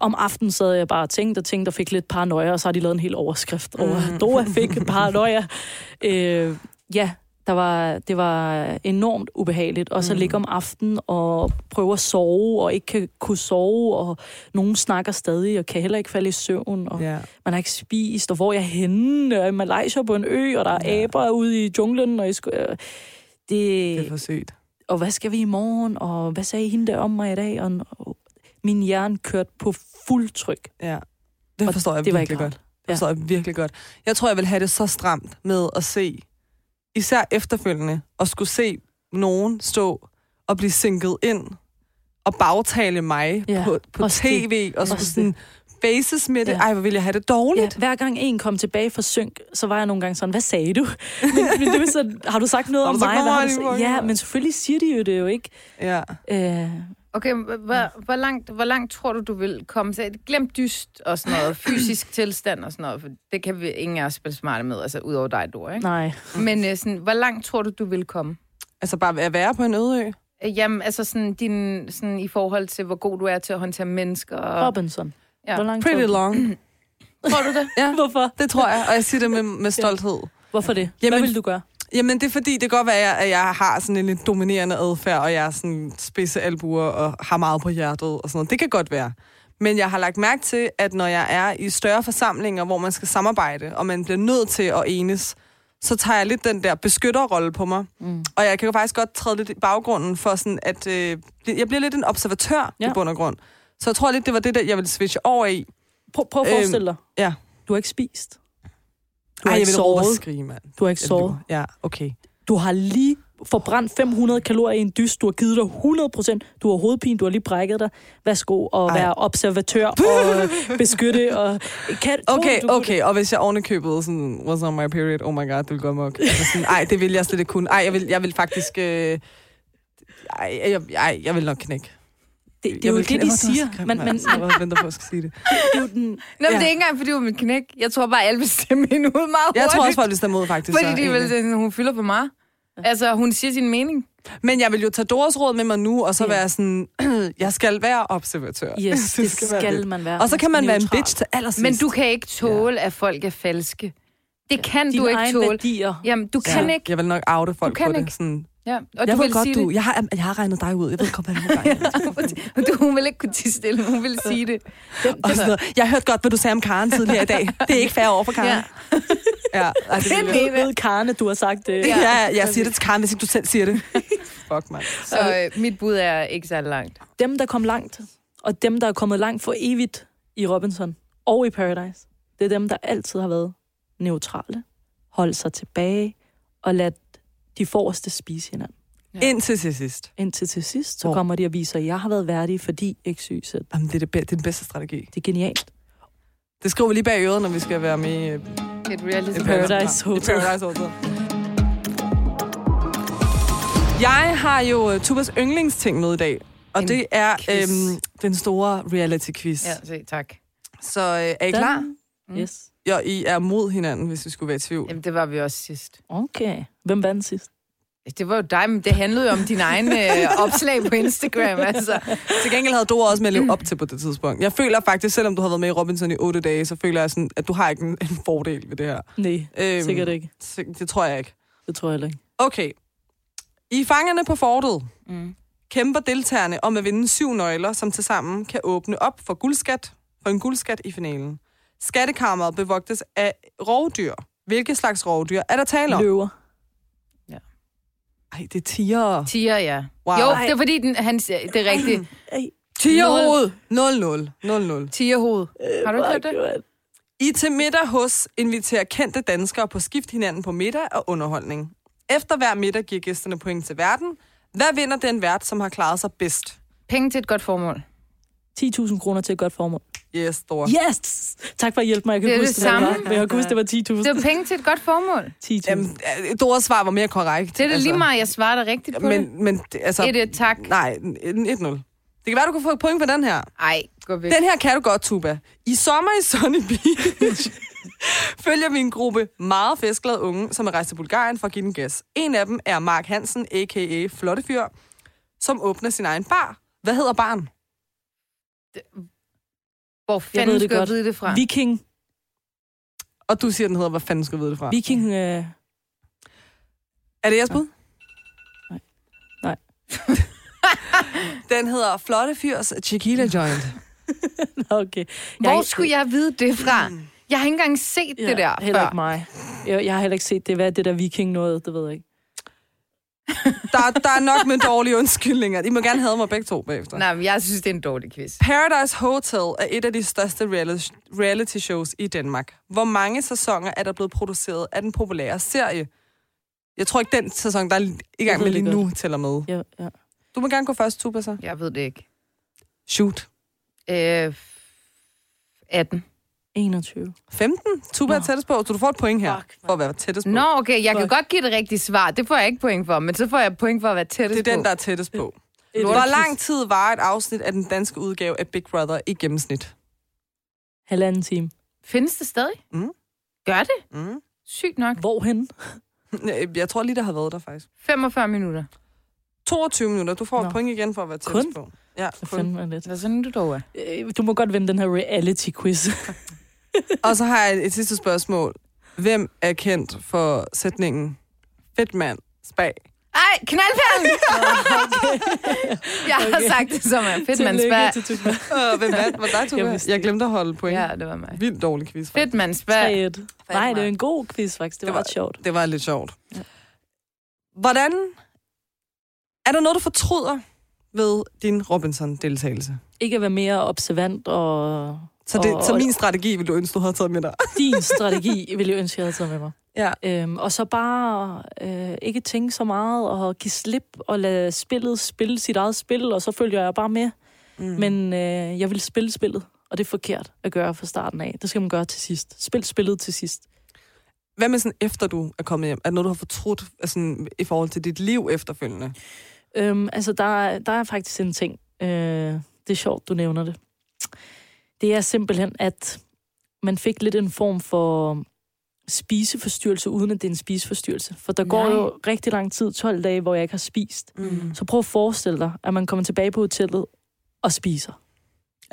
om aftenen sad jeg bare og tænkte og tænkte og fik lidt paranoia, og så har de lavet en hel overskrift over, mm. Dora fik paranoia. øh, ja, der var, det var enormt ubehageligt. Og så mm. ligge om aftenen og prøve at sove, og ikke kan, kunne sove, og nogen snakker stadig, og kan heller ikke falde i søvn. Og
Ja.
man har ikke spist, og hvor er jeg henne? Jeg er i Malaysia på en ø, og der er ja. aber ude i junglen, og i sku- øh,
Det er
det,
for sygt.
og hvad skal vi i morgen, og hvad sagde hende der om mig i dag? Og, og min hjerne kørte på fuld tryk.
Ja. Det
Og
forstår jeg
det var
virkelig
ikke rart.
godt. Det forstår jeg virkelig godt. Jeg tror, jeg vil have det så stramt med at se, især efterfølgende, at skulle se nogen stå og blive sinket ind og bagtale mig
Ja,
ja. på, på
også
tv, og skulle
Også
sådan faces med det.
Ja.
Ej, hvor ville jeg have det dårligt.
Ja, hver gang en kom tilbage fra synk, så var jeg nogle gange sådan, hvad sagde du? men, men det var sådan, har du sagt noget
Har
om
du
mig?
sagt
Hvad
noget
har
om
du
mig,
sagt?
Nicolaj?
Ja, men selvfølgelig siger de jo det jo ikke.
Ja.
Øh,
Okay, hvor, hvor, hvor, langt, hvor langt tror du, du vil komme til? Glem dyst og sådan noget, fysisk tilstand og sådan noget, for det kan vi ingen af os spille smarte med, altså udover dig, Dora, ikke?
nej.
Men øh, sådan, hvor langt tror du, du vil komme?
Altså bare at være på en øde ø.
Øh, Jamen, altså sådan, din, sådan i forhold til, hvor god du er til at håndtere mennesker. Og...
Robinson.
Ja.
Hvor langt
Pretty
tror du-
long.
Tror du det?
Ja,
Hvorfor?
det tror jeg, og jeg siger det med, med stolthed.
Hvorfor det? Jamen,
Jamen-
hvad vil du gøre?
Jamen, det er fordi, det kan godt være, at jeg har sådan en lidt dominerende adfærd, og jeg er sådan spidse albuer og har meget på hjertet og sådan noget. Det kan godt være. Men jeg har lagt mærke til, at når jeg er i større forsamlinger, hvor man skal samarbejde, og man bliver nødt til at enes, så tager jeg lidt den der beskytterrolle på mig. Mm. Og jeg kan jo faktisk godt træde lidt i baggrunden for sådan, at øh, jeg bliver lidt en observatør ja.
Ja.
i bund og grund. Så jeg tror lidt, det var det, der, jeg ville switche over i.
Prøv, prøv at
Øhm,
forestille dig,
Ja.
du har ikke spist. Du
Ej,
har
jeg
ikke
ville råbe og
sovet.
skrige, mand. Jeg
Du har ikke sovet.
lyver. Ja, okay.
Du har lige forbrændt 500 kalorier i en dyst. Du har givet dig 100 procent. Du har hovedpine. Du har lige brækket dig. Værsgo at
Ej.
være observatør og øh, beskytte. Og, kan, tror
Okay,
du, du kunne
okay, og hvis jeg ovenikøbet sådan, was on my period, oh my god, det ville gå amok. Altså sådan, ej, det ville jeg slet ikke kunne. Ej, jeg vil, jeg vil faktisk... Øh, ej, jeg, ej, jeg vil nok knække.
Det, det, det
Jeg
er jo
vil
det,
knække.
de
Åh, det var så
siger.
grimt,
Men, men
altså. Jeg bare venter på, at jeg skal sige det.
det er jo den,
Nå, men
Ja.
det er ikke engang, fordi hun vil knække. Jeg tror bare, alle vil stemme hende ud meget
Jeg tror også,
hurtigt,
folk vil stemme ud, faktisk. så,
fordi de vil,
egentlig.
sådan, hun fylder for meget. Altså, hun siger sin mening.
Men jeg vil jo tage Doras råd med mig nu, og så
Ja.
være sådan, jeg skal være observatør.
yes, det
skal
skal,
være
skal
lidt.
man være.
Og så kan man være en
neutral.
bitch til allersidst.
Men du kan ikke tåle, at folk er falske. Det kan
Dine
du ikke
egne
tåle.
værdier.
Jamen, du kan ikke.
Jeg vil nok oute folk
kan
på
ikke.
det. Sådan,
Ja, og
jeg
du
ved
vil
godt,
sige
du,
det.
jeg, har, jeg har regnet dig ud. Jeg ved godt, hvad du har
du, hun vil ikke kunne tige stille, hun vil sige det.
Og sådan noget. Jeg hørte godt, hvad du sagde om Karen tidligere i dag. Det er ikke fair over for Karen.
Ja.
Ja. Ja, ej, det
Jeg
vil jeg.
ved, Karne, du har sagt øh, det.
Ja, ja, jeg siger det til Karen, hvis ikke du selv siger det. Fuck, mand.
Så øh, mit bud er ikke særlig langt.
Dem, der kom langt, og dem, der er kommet langt for evigt i Robinson og i Paradise, det er dem, der altid har været neutrale, holdt sig tilbage og ladt de forreste spise hinanden.
Ja. Indtil til sidst.
Indtil til sidst, så
Hvor?
kommer de og viser, at jeg har været værdig, fordi XYZ. Det
Jamen, det er, det, be- det er den bedste strategi.
er genialt.
Det skriver vi lige bag øret, når vi skal være med i øh,
Et reality
Et
program.
Paradise
I
Hotel.
Paradise Hotel. Jeg har jo uh, Tubas yndlingsting med i dag, og
En
det er
quiz.
øhm, den store reality-quiz. Ja.
Ja, se, tak.
Så øh, er I klar?
Mm.
Yes.
Jo, I er mod hinanden, hvis vi skulle være i tvivl.
Jamen, det var vi også sidst.
Okay. Hvem vandt sidst?
Altså, Det var jo dig, men det handlede jo om dine egne øh, opslag på Instagram, altså.
Til gengæld havde du også med at leve op til på det tidspunkt. Jeg føler faktisk, selvom du har været med i Robinson i 8 dage, så føler jeg sådan, at du har ikke en, en fordel ved det her.
Nej,
Øhm,
sikkert ikke.
ikke. Det tror jeg ikke.
Det tror jeg heller ikke.
Okay. I Fangerne på Fortet
Mm.
kæmper deltagerne om at vinde syv nøgler, som tilsammen kan åbne op for, guldskat, for en guldskat i finalen. Skattekammeret bevogtes af rovdyr. Hvilke slags rovdyr er der tale om?
Løver.
Ej, det er tiger.
Tiger, ja.
Wow.
Wow. Jo, det er fordi, den, han, det er rigtigt.
Ej,
Tigerhoved.
0-0. 0-0.
Tigerhoved.
øh,
Har du ikke hørt det?
det?
I til middag hos inviterer kendte danskere på skift hinanden på middag og underholdning. Efter hver middag giver gæsterne point til verden. Hvad vinder den vært, som har klaret sig bedst?
Penge til et godt formål.
10.000 kroner til et godt formål.
Yes, Dora.
Yes! Tak for at hjælpe mig. Jeg kan
Det er
ikke
det
huske, hvad
samme.
var, men jeg kan huske, det var 10.000.
Det var penge til et godt formål.
10.000.
Jamen, øh, Doras svar var mere korrekt. altså.
Det er da lige meget, jeg svarer dig rigtigt på men,
Men, men det- altså...
det. Et, et tak.
Nej, en- en 1-0. Det kan være, du kan få et point for den her.
Ej, gå væk.
Den her kan du godt, Tuba. I sommer i Sunny Beach følger vi en gruppe meget festglade unge, som er rejst til Bulgarien for at give den gas. En af dem er Mark Hansen, a.k.a. Flottefyr, som åbner sin egen bar. Hvad hedder baren?
Hvor
jeg
fanden
ved det
skal jeg
godt.
vide det fra?
Viking.
Og du siger, den hedder, hvad fanden skal jeg vide det fra?
Viking. Øh,
Er det jeres bud?
Nej. Nej.
den hedder Flottefyrs Tequila Joint.
okay.
Hvor skulle jeg Mm. vide det fra? Jeg har ikke engang set det der
Heller
før.
ikke mig. Jeg, jeg har heller ikke set det. Hvad er det der viking noget? Det ved jeg ikke.
Der, der er nok med dårlige undskyldninger. I må gerne have mig begge to bagefter.
Nej, men jeg synes, det er en dårlig quiz.
Paradise Hotel er et af de største reali- reality shows i Danmark. Hvor mange sæsoner er der blevet produceret af den populære serie? Jeg tror ikke, den sæson, der er i gang
ved
med
det
lige nu, tæller med.
Ja, ja.
Du må gerne gå først, Tuba, så.
Jeg ved det ikke.
Shoot.
Øh, 18.
21.
15? Tuba er
Nå.
tættest på, så du får et point her,
Fuck,
for at være tættest på.
Nå, okay, jeg kan
Fuck.
godt give det rigtige svar. Det får jeg ikke point for, men så får jeg point for at være
Det
tættest
er den,
på.
der er tættest på.
Et
Hvor
lortequiz.
lang tid var et afsnit af den danske udgave af Big Brother i gennemsnit?
Halvanden time.
Findes det stadig?
Mm.
Gør det?
Mm.
Sygt nok.
Hvorhen?
Jeg tror lige, der har været der faktisk.
45 minutter.
22 minutter. Du får Nå. Altså,
Nå.
et point igen for at være tættest
Kun?
på. Ja,
Hvad
kun.
fanden er det?
Det er sådan, du dog er.
Øh, Du må godt vinde den her reality-quiz.
Og så har jeg et, et sidste spørgsmål. Hvem er kendt for sætningen fedt mand, spag?
Ej, knaldperlen! jeg har sagt det som er fedt
Tillykke
mandsbær.
til Tuba.
Og hvem vandt? Var dig,
Jeg
Tuba?
vidste
Jeg
det.
glemte at holde point. Ja.
Ja, det var mig.
Vildt dårlig quiz. faktisk.
Fedt mandsbær.
3-1. Nej, det er en god quiz, faktisk. Det var,
Det var-
ret sjovt.
Det var lidt sjovt.
Ja.
Hvordan? Er der noget, du fortryder ved din Robinson-deltagelse?
Ikke at være mere observant, og
Så, det,
Og-
så min strategi ville du ønske, du havde taget med dig.
din strategi ville jeg ønske, jeg havde taget med mig.
Ja.
Øhm, og så bare øh, ikke tænke så meget, og give slip, og lade spillet spille sit eget spil, og så følger jeg bare med. Mm. Men øh, jeg vil spille spillet, og det er forkert at gøre fra starten af. Det skal man gøre til sidst. Spil spillet til sidst.
Hvad med sådan, efter du er kommet hjem? Er det noget, du har fortrudt altså, i forhold til dit liv efterfølgende?
Øhm, altså, der, er- der er faktisk en ting. Øh, det er sjovt, du nævner det. Det er simpelthen, at man fik lidt en form for spiseforstyrrelse, uden at det er en spiseforstyrrelse. For der går
Nej.
jo rigtig lang tid, 12 dage, hvor jeg ikke har spist.
Mm.
Så prøv at forestille dig, at man kommer tilbage på hotellet og spiser.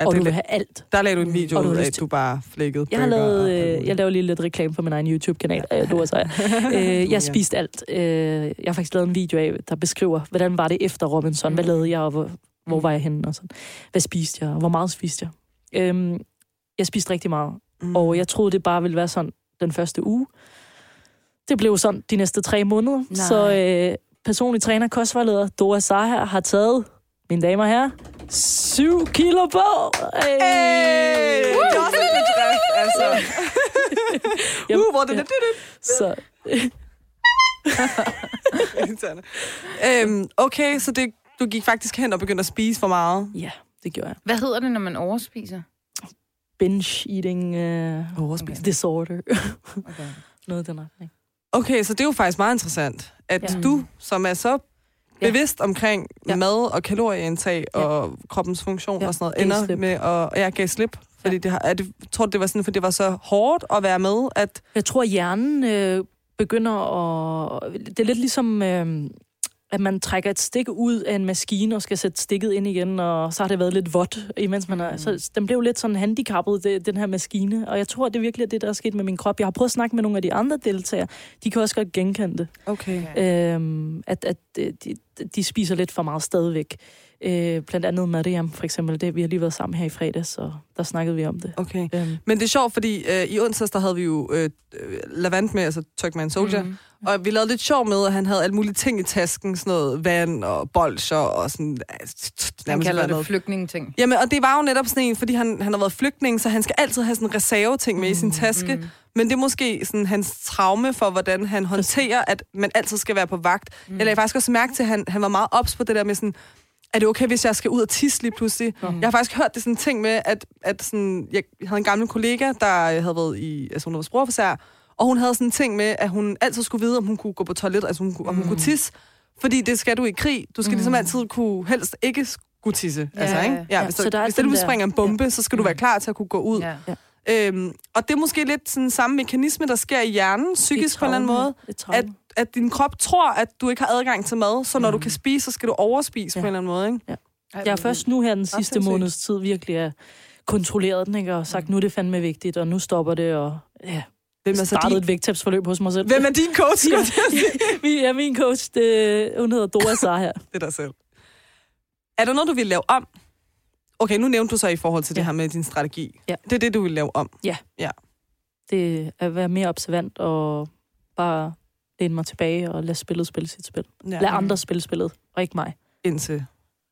Ja,
og
det,
du
er
vil
lidt-
have alt.
der lagde du en video
Og du
ud
har
af,
lyst
at
til-
du bare flækkede
Jeg, har
burger og
lavet,
alt muligt.
øh, jeg laver lige lidt reklame for min egen YouTube-kanal, og jeg duer sig. øh, jeg spiste alt. Øh, jeg har faktisk lavet en video af, der beskriver, hvordan var det efter Robinson? Hvad lavede jeg, og hvor, hvor var jeg henne? Og sådan. Hvad spiste jeg, og hvor meget spiste jeg? Øhm, jeg spiste rigtig meget,
Mm.
og jeg troede, det bare ville være sådan den første uge. Det blev sådan de næste tre måneder. Nej. Så øh, personlig træner, kostvejleder Dora Sager har taget, mine damer og herrer, syv kilo på! Hey!
Hey! Det er også en bedrift, altså.
Jamen,
uh, hvor er det
ja.
lidt, lidt, lidt.
Så,
Irriterende. øhm, okay, så det, du gik faktisk hen og begyndte at spise for meget.
Ja, det gjorde jeg.
Hvad hedder det, når man overspiser?
Binge eating øh,
Overspise.
disorder.
Okay.
Noget i den retning.
Okay, så det er jo faktisk meget interessant, at
Ja.
ja. du, som er så
Ja.
bevidst omkring
Ja.
ja. mad og kalorieindtag
Ja.
ja. og kroppens funktion
Ja,
ja. og sådan
gav
noget, ender
slip.
med at og jeg gav slip. Fordi det har, er det, tror du, det var sådan, fordi det var så hårdt at være med, at...
Jeg tror, hjernen øh, begynder at... Det er lidt ligesom, øh, at man trækker et stik ud af en maskine og skal sætte stikket ind igen, og så har det været lidt vådt, imens man er... Så den blev lidt sådan handicappet, det, den her maskine. Og jeg tror, det er virkelig det, der er sket med min krop. Jeg har prøvet at snakke med nogle af de andre deltagere. De kan også godt genkende det.
Okay.
Øhm, at, at øh, de, de spiser lidt for meget stadigvæk. Øh, blandt andet Mariam, for eksempel. Det, vi har lige været sammen her i fredags, og der snakkede vi om det.
Okay.
Øhm,
Mm.
Men det er sjovt, fordi øh, i onsdags, der havde vi jo øh, øh, Lavant med, altså Turkman Soldier, mm. og vi lavede lidt sjov med, at han havde alle mulige ting i tasken, sådan noget vand og bolcher og sådan... Øh,
Man
nærmest
kalder
hvad
det flygtningeting.
Jamen, og det var jo netop sådan en, fordi han, han har været flygtning, så han skal altid have sådan en reserveting med mm, i sin taske. Mm. Men det er måske sådan hans traume for, hvordan han håndterer, at man altid skal være på vagt. Mm. Jeg lagde faktisk også mærke til, at han, han var meget ops på det der med sådan, er det okay, hvis jeg skal ud og tisse lige pludselig? Mm. Jeg har faktisk hørt det sådan en ting med, at, at sådan, jeg havde en gammel kollega, der øh, havde været i, altså hun var sprogofficer, og hun havde sådan en ting med, at hun altid skulle vide, om hun kunne gå på toilet, altså hun, kunne- om hun kunne tisse. Fordi det skal du i krig. Du skal ligesom altid kunne helst ikke skulle tisse.
Ja,
altså, ikke?
ja.
Ja,
Ja,
hvis,
så
der,
der er
hvis
den
det
der- Mm.
udspringer en bombe, ja. så skal du være klar til at kunne gå ud. Ja.
Ja.
Øhm, og det er måske lidt sådan samme mekanisme, der sker i hjernen, psykisk på en eller anden måde. At,
At,
at din krop tror, at du ikke har adgang til mad, så når du kan spise, så skal du overspise
Mm. Ja.
på en eller anden måde. Ikke?
Ej,
jeg
hvor
har først nu her den sidste
sindssygt.
måneds tid virkelig er kontrolleret den, ikke? og sagt, nu er det fandme vigtigt, og nu stopper det, og ja,
Mm. Hvem er, så
startede
din,
et vægttabsforløb hos mig selv.
hvem er din coach?
Ja.
skulle jeg til at sige?
min, ja, min coach, det, hun hedder Dora Sager.
det er dig selv. Er der noget, du vil lave om? Okay, nu nævnte du så i forhold til ja.
Ja.
det her med din strategi.
Ja.
Det er det, du vil lave om.
Det er at være mere observant og bare læne mig tilbage og lade spillet spille sit spil.
Ja.
Lad andre spille spillet, og ikke mig.
Indtil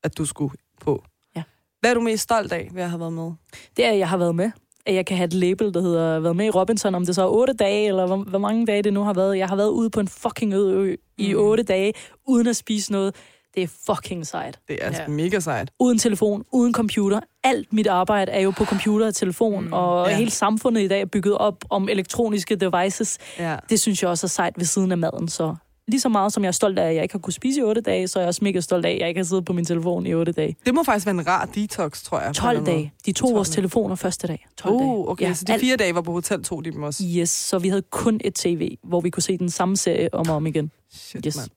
at du skulle på.
Ja.
Hvad er du mest stolt af ved at have været med?
Det er, at jeg har været med. At jeg kan have et label, der hedder været med i Robinson, om det så er otte dage, eller hvor, hvor mange dage det nu har været. Jeg har været ude på en fucking øde ø i
Mm.
otte dage, uden at spise noget. Det er fucking sejt.
Det er altså
Ja.
ja. mega sejt.
Uden telefon, uden computer. Alt mit arbejde er jo på computer og telefon, mm, og
ja.
hele samfundet i dag er bygget op om elektroniske devices.
Ja.
Det synes jeg også er sejt ved siden af maden, så lige så meget som jeg er stolt af, at jeg ikke har kunnet spise i otte dage, så er jeg også mega stolt af, at jeg ikke har siddet på min telefon i otte dage.
Det må faktisk være en rar detox, tror jeg. på en eller
12
anden
dage. De tog
12
vores
dage.
telefoner første dag. 12
måde.
dage.
Uh, okay, ja, så de
alt-
fire dage var på hotel, tog de dem også.
Yes, så vi havde kun et tv, hvor vi kunne se den samme serie om og om igen.
Shit,
Yes.
yes. mand.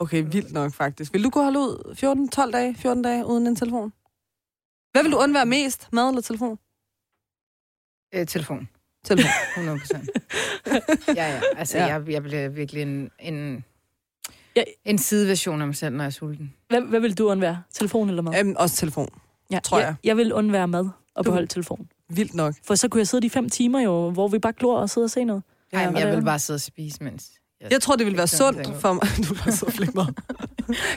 Okay, vildt nok faktisk. Vil du kunne holde ud 14, 12 dage, 14 dage uden en telefon? Hvad vil du undvære mest? Mad eller telefon?
Øh, telefon.
Telefon.
100 ja, ja. Altså, ja.
Ja.
Jeg, jeg bliver virkelig en, en,
Ja.
en sideversion af mig selv, når jeg er sulten.
Hvad, hvad vil du undvære? Telefon eller mad?
Jamen, Øhm, også telefon.
ja,
tror jeg.
jeg. Jeg vil undvære mad og
Du-
beholde telefon.
Vildt nok.
For så kunne jeg sidde de fem timer jo, hvor vi bare glor og sidder og se noget.
Ej, men
Ja.
jeg vil bare sidde og spise, mens...
Jeg tror, det ville være
Det kan
sundt
jeg tænke.
for mig. Du kan også flikke mig.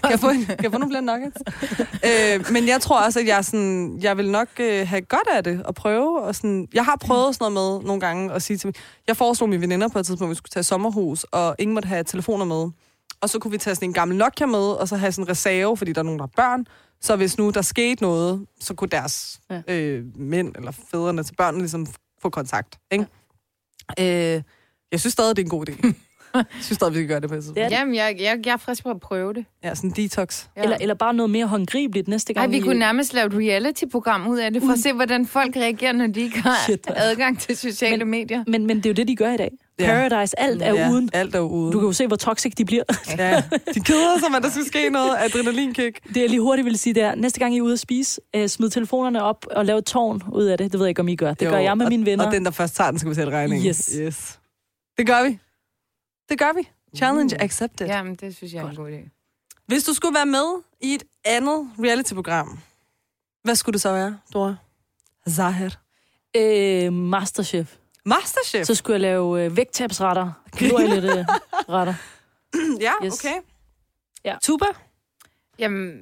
Kan jeg få, en, kan jeg få nogle flere nuggets? Øh, men jeg tror også, at jeg, sådan, jeg vil nok øh, have godt af det at prøve. Og sådan, jeg har prøvet sådan noget med nogle gange at sige til mig. Jeg foreslog mine veninder på et tidspunkt, at vi skulle tage sommerhus, og ingen måtte have telefoner med. Og så kunne vi tage sådan en gammel Nokia med, og så have sådan en reserve, fordi der er nogen, der har børn. Så hvis nu der skete noget, så kunne deres
Ja.
øh, mænd eller fædrene til børnene ligesom få kontakt. Ikke? Ja. Øh, jeg synes stadig, det er en god idé. Jeg synes stadig, vi skal gøre det på et tidspunkt.
Det er det.
Jamen, jeg, jeg, jeg er frisk på at prøve det.
Ja, sådan en detox.
Ja.
Eller, eller bare noget mere håndgribeligt næste gang.
Ej, vi kunne nærmest lave et reality-program ud af det, for at se, hvordan folk reagerer, når de ikke har
Shit, mand.
adgang til sociale
Men-
medier.
men, men det er jo det, de gør i dag.
Ja.
Paradise, alt er ja. uden.
Alt er uden.
Du kan jo se, hvor toxic de bliver.
Ja, de keder sig, men der skal ske noget. Adrenalinkick.
Det jeg lige hurtigt ville sige, det er, næste gang I er ude at spise, øh, smid telefonerne op og lav et tårn ud af det. Det ved jeg ikke, om I gør. Det jo, gør jeg med
og,
mine venner.
Og den, der først tager den, skal betale regningen.
Yes.
yes. Det gør vi. Det gør vi. Challenge
Mm.
accepted. Ja.
Jamen, det synes jeg er en god idé.
Hvis du skulle være med i et andet reality-program, hvad skulle det så være, Dora? Zahir.
Øh, Masterchef.
Masterchef?
Så skulle jeg lave øh, vægttabsretter. øh, Kalorieretter.
ja,
Yes.
okay.
Ja.
Tuba?
Jamen,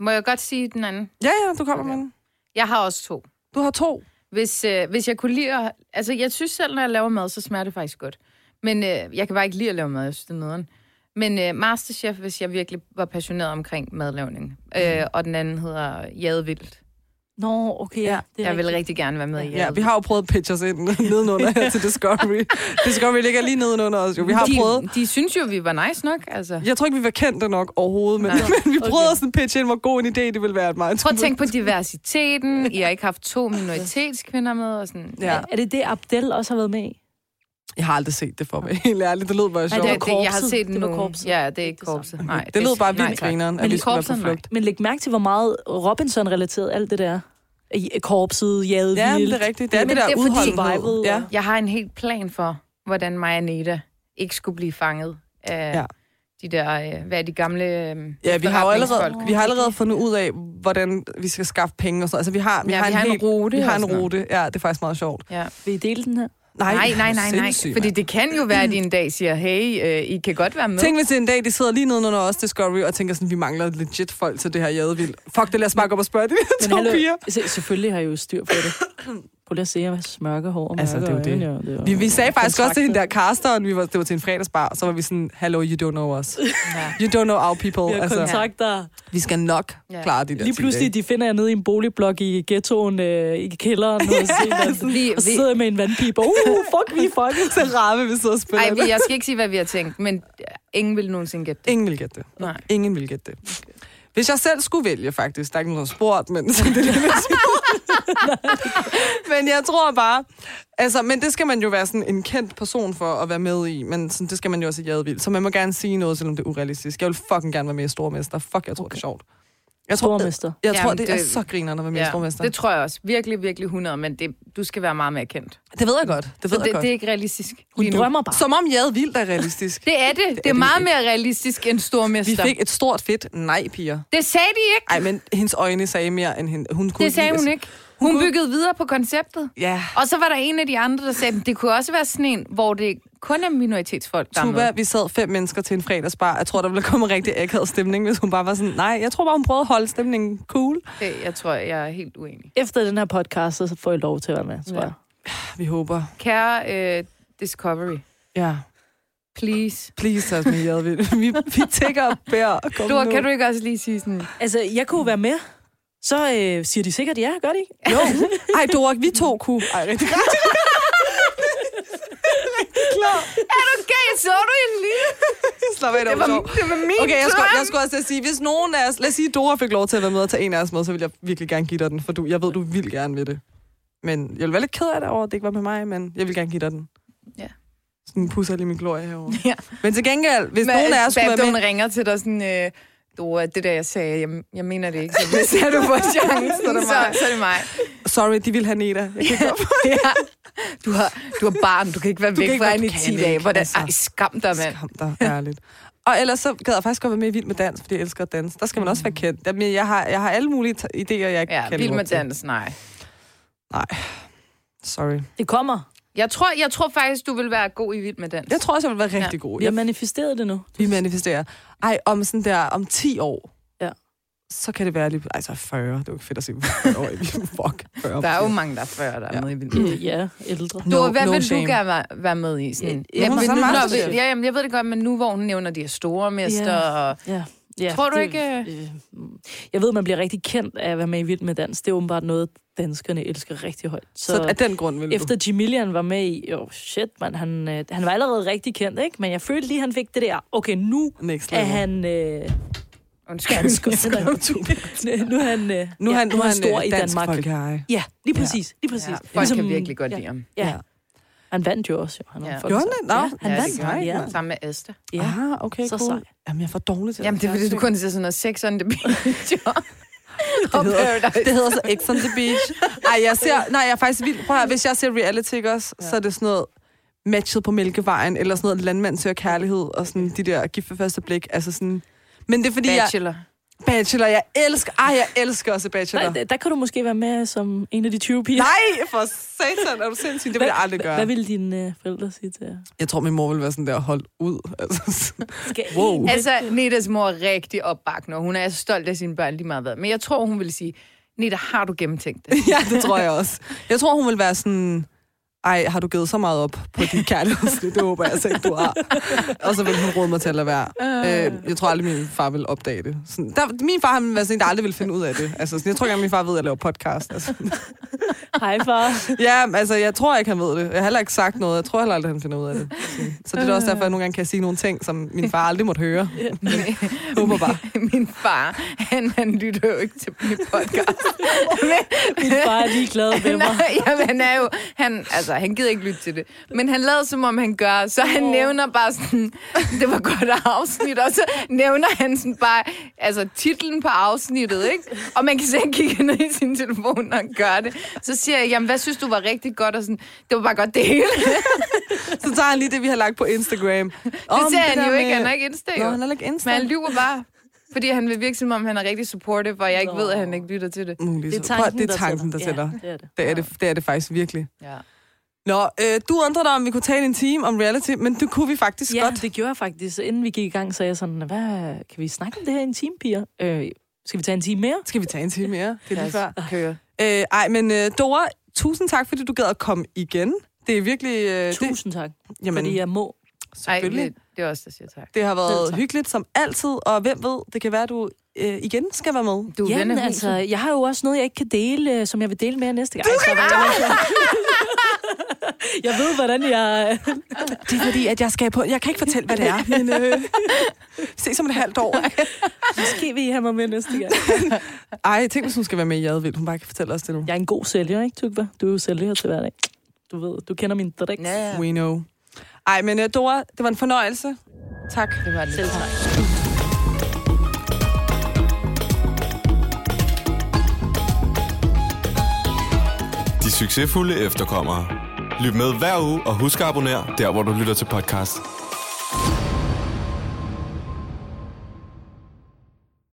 må jeg godt sige den anden?
Ja, ja, du kommer med den.
Jeg har også to.
Du har to.
Hvis, øh, hvis jeg kunne lide at... Altså, jeg synes selv, når jeg laver mad, så smager det faktisk godt. Men øh, jeg kan bare ikke lide at lave mad, jeg synes, det er nederen. Men øh, Masterchef, hvis jeg virkelig var passioneret omkring madlavning. Øh, og den anden hedder Jadevildt.
Nå, okay, ja. Det er
Jeg vil
rigtigt.
rigtig gerne være med i
Ja, vi
Jadevildt.
har jo prøvet at pitche os ind nedenunder her til Discovery. Discovery ligger lige nedenunder os jo. Vi har prøvet...
de, de synes jo, vi var nice nok. Altså.
Jeg tror ikke, vi var kendte nok overhovedet, men,
Nej.
men vi prøvede
Okay.
okay. sådan pitch ind, hvor god en idé det ville være, at mig.
Prøv at tænke på diversiteten. I har ikke haft to minoritetskvinder med. Og sådan.
Ja.
Er det det, Abdel også har været med i?
Jeg har aldrig set det for mig, helt ærligt. Det lød bare
Nej,
sjovt.
det, det,
var
jeg har
korpset.
set
Det var
nogen.
korpset.
Ja, det er ikke
Det er det
korpset. Nej,
det lød bare
nej,
vildt
tak.
grineren,
Men
at vi
i
skulle være på
korpset, nej.
flugt.
Men læg mærke til, hvor meget Robinson-relateret alt det der. I- Korpset, jadet,
Ja, men det er rigtigt. Det er
Men
det der
det er fordi-
udholdenhed.
Survival
Ja.
og-
Jeg har en helt plan for, hvordan mig og Neda ikke skulle blive fanget af
Ja.
ja. de der, øh, hvad er de gamle øh,
Ja, vi har, jo allerede,
forretningsfolk.
vi har allerede fundet ud af, hvordan vi skal skaffe penge og sådan Altså, vi har, vi
Ja,
har,
vi har en
hel-
rute
Vi har
og
en
sådan noget.
rute. Ja, det er faktisk meget sjovt.
Ja.
Vil I dele den her?
Nej,
Nej, nej,
hvor
nej, nej.
sindssygt,
Fordi
mand.
det kan jo være, at de en dag siger, hey, øh, I kan godt være med.
Tænk, hvis en dag de sidder lige nedenunder os, Discovery, og tænker sådan, vi mangler legit folk til det her jadevild. Fuck det, lad os bare gå op og spørge de her
Men
to
hallo,
piger.
se- selvfølgelig har I jo styr på det. Prøv lige at se, jeg smørke hår og
Altså, det er jo
mørke
det.
øjne, og det.
Vi, vi sagde faktisk også til hende der casteren, vi var, det var til en fredagsbar, så var vi sådan, hello, you don't know us.
Ja.
You don't know our people.
Vi har
altså,
kontakter.
vi skal nok
Ja.
klare de der
Lige
ti
pludselig,
dage.
de finder jeg nede i en boligblok i ghettoen, øh, i kælderen, og, se,
Vi,
og så
vi,
sidder jeg med en vandpipe. Uh, fuck, vi er fucking.
Så ramme, vi sidder og spiller.
ej, vi, jeg skal ikke sige, hvad vi har tænkt, men øh, ingen vil nogensinde gætte det.
Ingen vil gætte det.
Nej.
Ingen vil gætte det. Hvis jeg selv skulle vælge, faktisk. Der er ikke nogen, der har spurgt, men... men jeg tror bare... Altså, men det skal man jo være sådan en kendt person for at være med i, men sådan, det skal man jo også i Jadevild. Så man må gerne sige noget, selvom det er urealistisk. Jeg vil fucking gerne være med i Stormester. Fuck, jeg tror, okay. det er sjovt. Jeg tror, jeg,
Stormester.
jeg tror
Jamen,
det,
det-
er så grinerende at være med i Stormester.
det tror jeg også. Virkelig, virkelig 100, men det, du skal være meget mere kendt.
det ved jeg godt. Det ved
Så
jeg
det,
godt.
det er ikke realistisk.
Hun
lige nu.
drømmer bare.
Som om Jadevild er realistisk.
Det er det. Det er,
det
meget
ikke.
mere realistisk end stormester.
Vi fik et stort fedt nej, piger.
Det sagde de ikke.
Ej, men hendes øjne sagde mere, end hende. hun kunne
Det sagde
lide- altså,
hun ikke. Hun byggede videre på konceptet.
Ja,
Og så var der en af de andre, der sagde, at det kunne også være sådan en, hvor det kun er minoritetsfolk, der er
Tuba,
med.
vi sad fem mennesker til en fredagsbar. Jeg tror, der ville komme en rigtig akavet stemning, hvis hun bare var sådan, nej, jeg tror bare, hun prøvede at holde stemningen cool.
Det, jeg tror, jeg er helt uenig.
Efter den her podcast, så får I lov til at være med, tror
Ja.
jeg.
Vi håber.
Kære øh, Discovery,
Ja.
please.
Please tag os med i Jadvild. Vi, vi tækker og bærer. Kom
Du,
nu.
kan du ikke også lige sige sådan...
Altså, jeg kunne være med. Så øh, siger de sikkert ja, gør de ikke?
Jo. Ej, Dora, vi to kunne. Ej, rigtig godt. Rigtig klar.
Er du gay? Så er du en lille...
Slap af,
Det var, det var min
Okay, jeg skulle, jeg
drøm.
skulle også til at sige, hvis nogen af os... Lad os sige, Dora fik lov til at være med og tage en af os med, så vil jeg virkelig gerne give dig den, for du, jeg ved, du vil gerne vil det. Men jeg vil være lidt ked af det over, at det ikke var med mig, men jeg vil gerne give dig den.
Ja.
Sådan en pusser lige min glorie herovre.
Ja.
Men til gengæld, hvis nogen af os skulle være med...
Babdon ringer til dig sådan... Øh, Dora, det der, jeg sagde, jeg, jeg mener det ikke. Så hvis er du får chancen,
Så er det
så,
mig.
så er det mig.
Sorry, de vil have Neda. Jeg kan ikke gå op.
Ja. Du, har, du har barn, du kan ikke være
Du kan
væk
ikke
fra
være-
hende i
du kan
10
ikke,
dage. Hvordan?
altså.
Ej, skam dig, mand.
Skam dig, ærligt. Og ellers så gad jeg faktisk godt være med i Vild med Dans, fordi jeg elsker at danse. Der skal man også være kendt. Jamen, jeg har, jeg har alle mulige ta- idéer, jeg ikke
Mm. Ja,
kan
vild
leve
med
op til.
dans, nej.
Sorry.
Det kommer.
Jeg tror, jeg tror faktisk, du vil være god i vild med dans.
Jeg tror også, jeg vil være rigtig ja. god.
Vi har
Jeg
manifesteret det nu.
Vi manifesterer. Ej, om sådan der, om 10 år,
Ja.
så kan det være lige... Ej, så er 40. Det er jo ikke fedt at se. 40 år i. Fuck. 40.
Der er jo mange, der er før, der er
Ja.
med i vild med dans.
Øh, ja, ældre.
Du,
No-
hvad
no
vil
shame.
du gerne være, være med i? Sådan?
Ja,
Jamen,
så
nu-
meget
når vi-
specielt.
ja, jamen, jeg ved det godt, men nu hvor hun nævner de her store mester, yeah. og
Ja. ja.
Tror du
det,
ikke, øh?
Øh, jeg ved, man bliver rigtig kendt af at være med i Vild med Dans. Det er åbenbart noget, danskerne elsker rigtig højt. Så,
Så af den grund vil
efter Jimillian var med i... Jo, shit, man, han, øh, han var allerede rigtig kendt, ikke? Men jeg følte lige, han fik det der... Okay, nu
du... Next
er
level.
han... Øh,
undskyld,
nu er han... Øh,
Nu er han, nu er han
stor
øh,
i
dansk
Danmark.
folkeeje.
Ja, lige
Ja.
præcis. Lige præcis.
ja,
Ja,
folk kan virkelig godt lide ham.
Ja.
Ligesom- Ja.
ja. Han vandt jo også. Jo. Han er
Ja.
jo
Gjorde
fucking
han
sej.
det? Nå,
ja, han
ja,
vandt.
det gør han.
ja.
Sammen med Asta.
ja.
Ah, okay,
Så
cool.
sej.
Jamen, jeg er for dårlig til
Jamen, det er fordi, du
kunne...
kun ser sådan noget sex on the beach. og
hedder-
Paradise.
Det hedder så X on the Beach. Ej, jeg ser... Nej, jeg er faktisk vild. Prøv at, høre, hvis jeg ser reality, ikke også, ja. så er det sådan noget matchet på Mælkevejen, eller sådan noget landmand søger kærlighed, og sådan de der gift ved første blik. Altså sådan... Men det er fordi, jeg...
Bachelor.
Bachelor, jeg elsker... Ej, jeg elsker også Bachelor.
Der, der, der kan du måske være med som en af de 20 piger.
Nej, for satan, er du sindssyg? Det vil jeg aldrig
Hvad
gøre.
ville dine øh, forældre sige til jer?
Jeg tror, min mor vil være sådan der, hold ud. Altså,
Skal
Wow.
I-
Altså, Nedas mor er rigtig opbakkende, og hun er stolt af sine børn lige meget hvad. Men jeg tror, hun ville sige, Neda, har du gennemtænkt det?
ja, det tror jeg også. Jeg tror, hun vil være sådan, ej, har du givet så meget op på dit kærlighedsliv? Det håber jeg altså ikke, du har. og så ville hun råde mig til at lade være. Øh, jeg tror aldrig, min far vil opdage det. Sådan, der, min far han ville være sådan en, der aldrig ville finde ud af det. Altså, sådan, jeg tror ikke, at min far ved, at jeg laver podcast. Altså,
Hej far.
ja, altså, jeg tror ikke, han ved det. Jeg har heller ikke sagt noget. Jeg tror heller aldrig, han finder ud af det. Så det er da også derfor, jeg nogle gange kan sige nogle ting, som min far aldrig måtte høre. Håber bare.
Min far, han, han lytter jo ikke til min podcast.
Min far er lige glad med mig.
Nej, jamen, han er jo, han, altså, han gider ikke lytte til det. Men han lader, som om han gør, så han
Åh.
oh. nævner bare sådan, det var godt afsnit, og så nævner han sådan bare, altså titlen på afsnittet, ikke? Og man kan se, at han kigger ned i sin telefon, når han gør det. Så siger jeg, jamen, hvad synes du var rigtig godt? Og sådan, det var bare godt det hele.
Så tager han lige det, vi har lagt på Instagram.
Oh, det ser han jo ikke, han er ikke Insta,
Nå,
jo.
han er ikke Insta.
Men han lyver bare, fordi han vil virke som om, han er rigtig supportive, og jeg ikke
Nå.
ved, at han ikke lytter til det.
Muligt.
Det er tanken,
det er tanken der tæller.
Ja, det er det.
Det er det, det er det faktisk virkelig.
Ja.
Nå, øh, du undrede dig, om vi kunne tale en time om reality, men det kunne vi faktisk
Ja,
godt.
det gjorde jeg faktisk. Inden vi gik i gang, sagde jeg sådan, hvad, kan vi snakke om det her i en time, piger? Øh, skal vi tage en time mere?
Skal vi tage en time mere? Det er lige før.
Køre.
Øh, ej, men øh, Dora, tusind tak, fordi du gad at komme igen. Det er virkelig... Øh, det,
Tusind tak,
jamen,
fordi jeg må.
Ej,
selvfølgelig.
det, det er også der siger tak.
det har været
Selv tak.
hyggeligt som altid, og hvem ved, det kan være, at du øh, igen skal være med.
Du er
Jamen
ven af
altså,
huset.
jeg har jo også noget, jeg ikke kan dele, øh, som jeg vil dele med jer næste gang. Du kan jeg ved, hvordan jeg... øh,
Det er fordi, at jeg skal på... Jeg kan ikke fortælle, hvad det er, men øh, se som et halvt år.
Måske vil I have mig med næste gang.
Ej, tænk, hvis hun skal være med i Advild. Hun bare kan fortælle os det nu.
Jeg er en god sælger, ikke, Tugba? Du er jo sælger til hverdag. Du ved, du kender min drik.
Ja, ja.
We know. Ej, men øh, Dora, det var en fornøjelse. Tak.
Det var det.
Selv tak.
De succesfulde efterkommere. Lyt med hver uge og husk at abonnere der, hvor du lytter til podcast.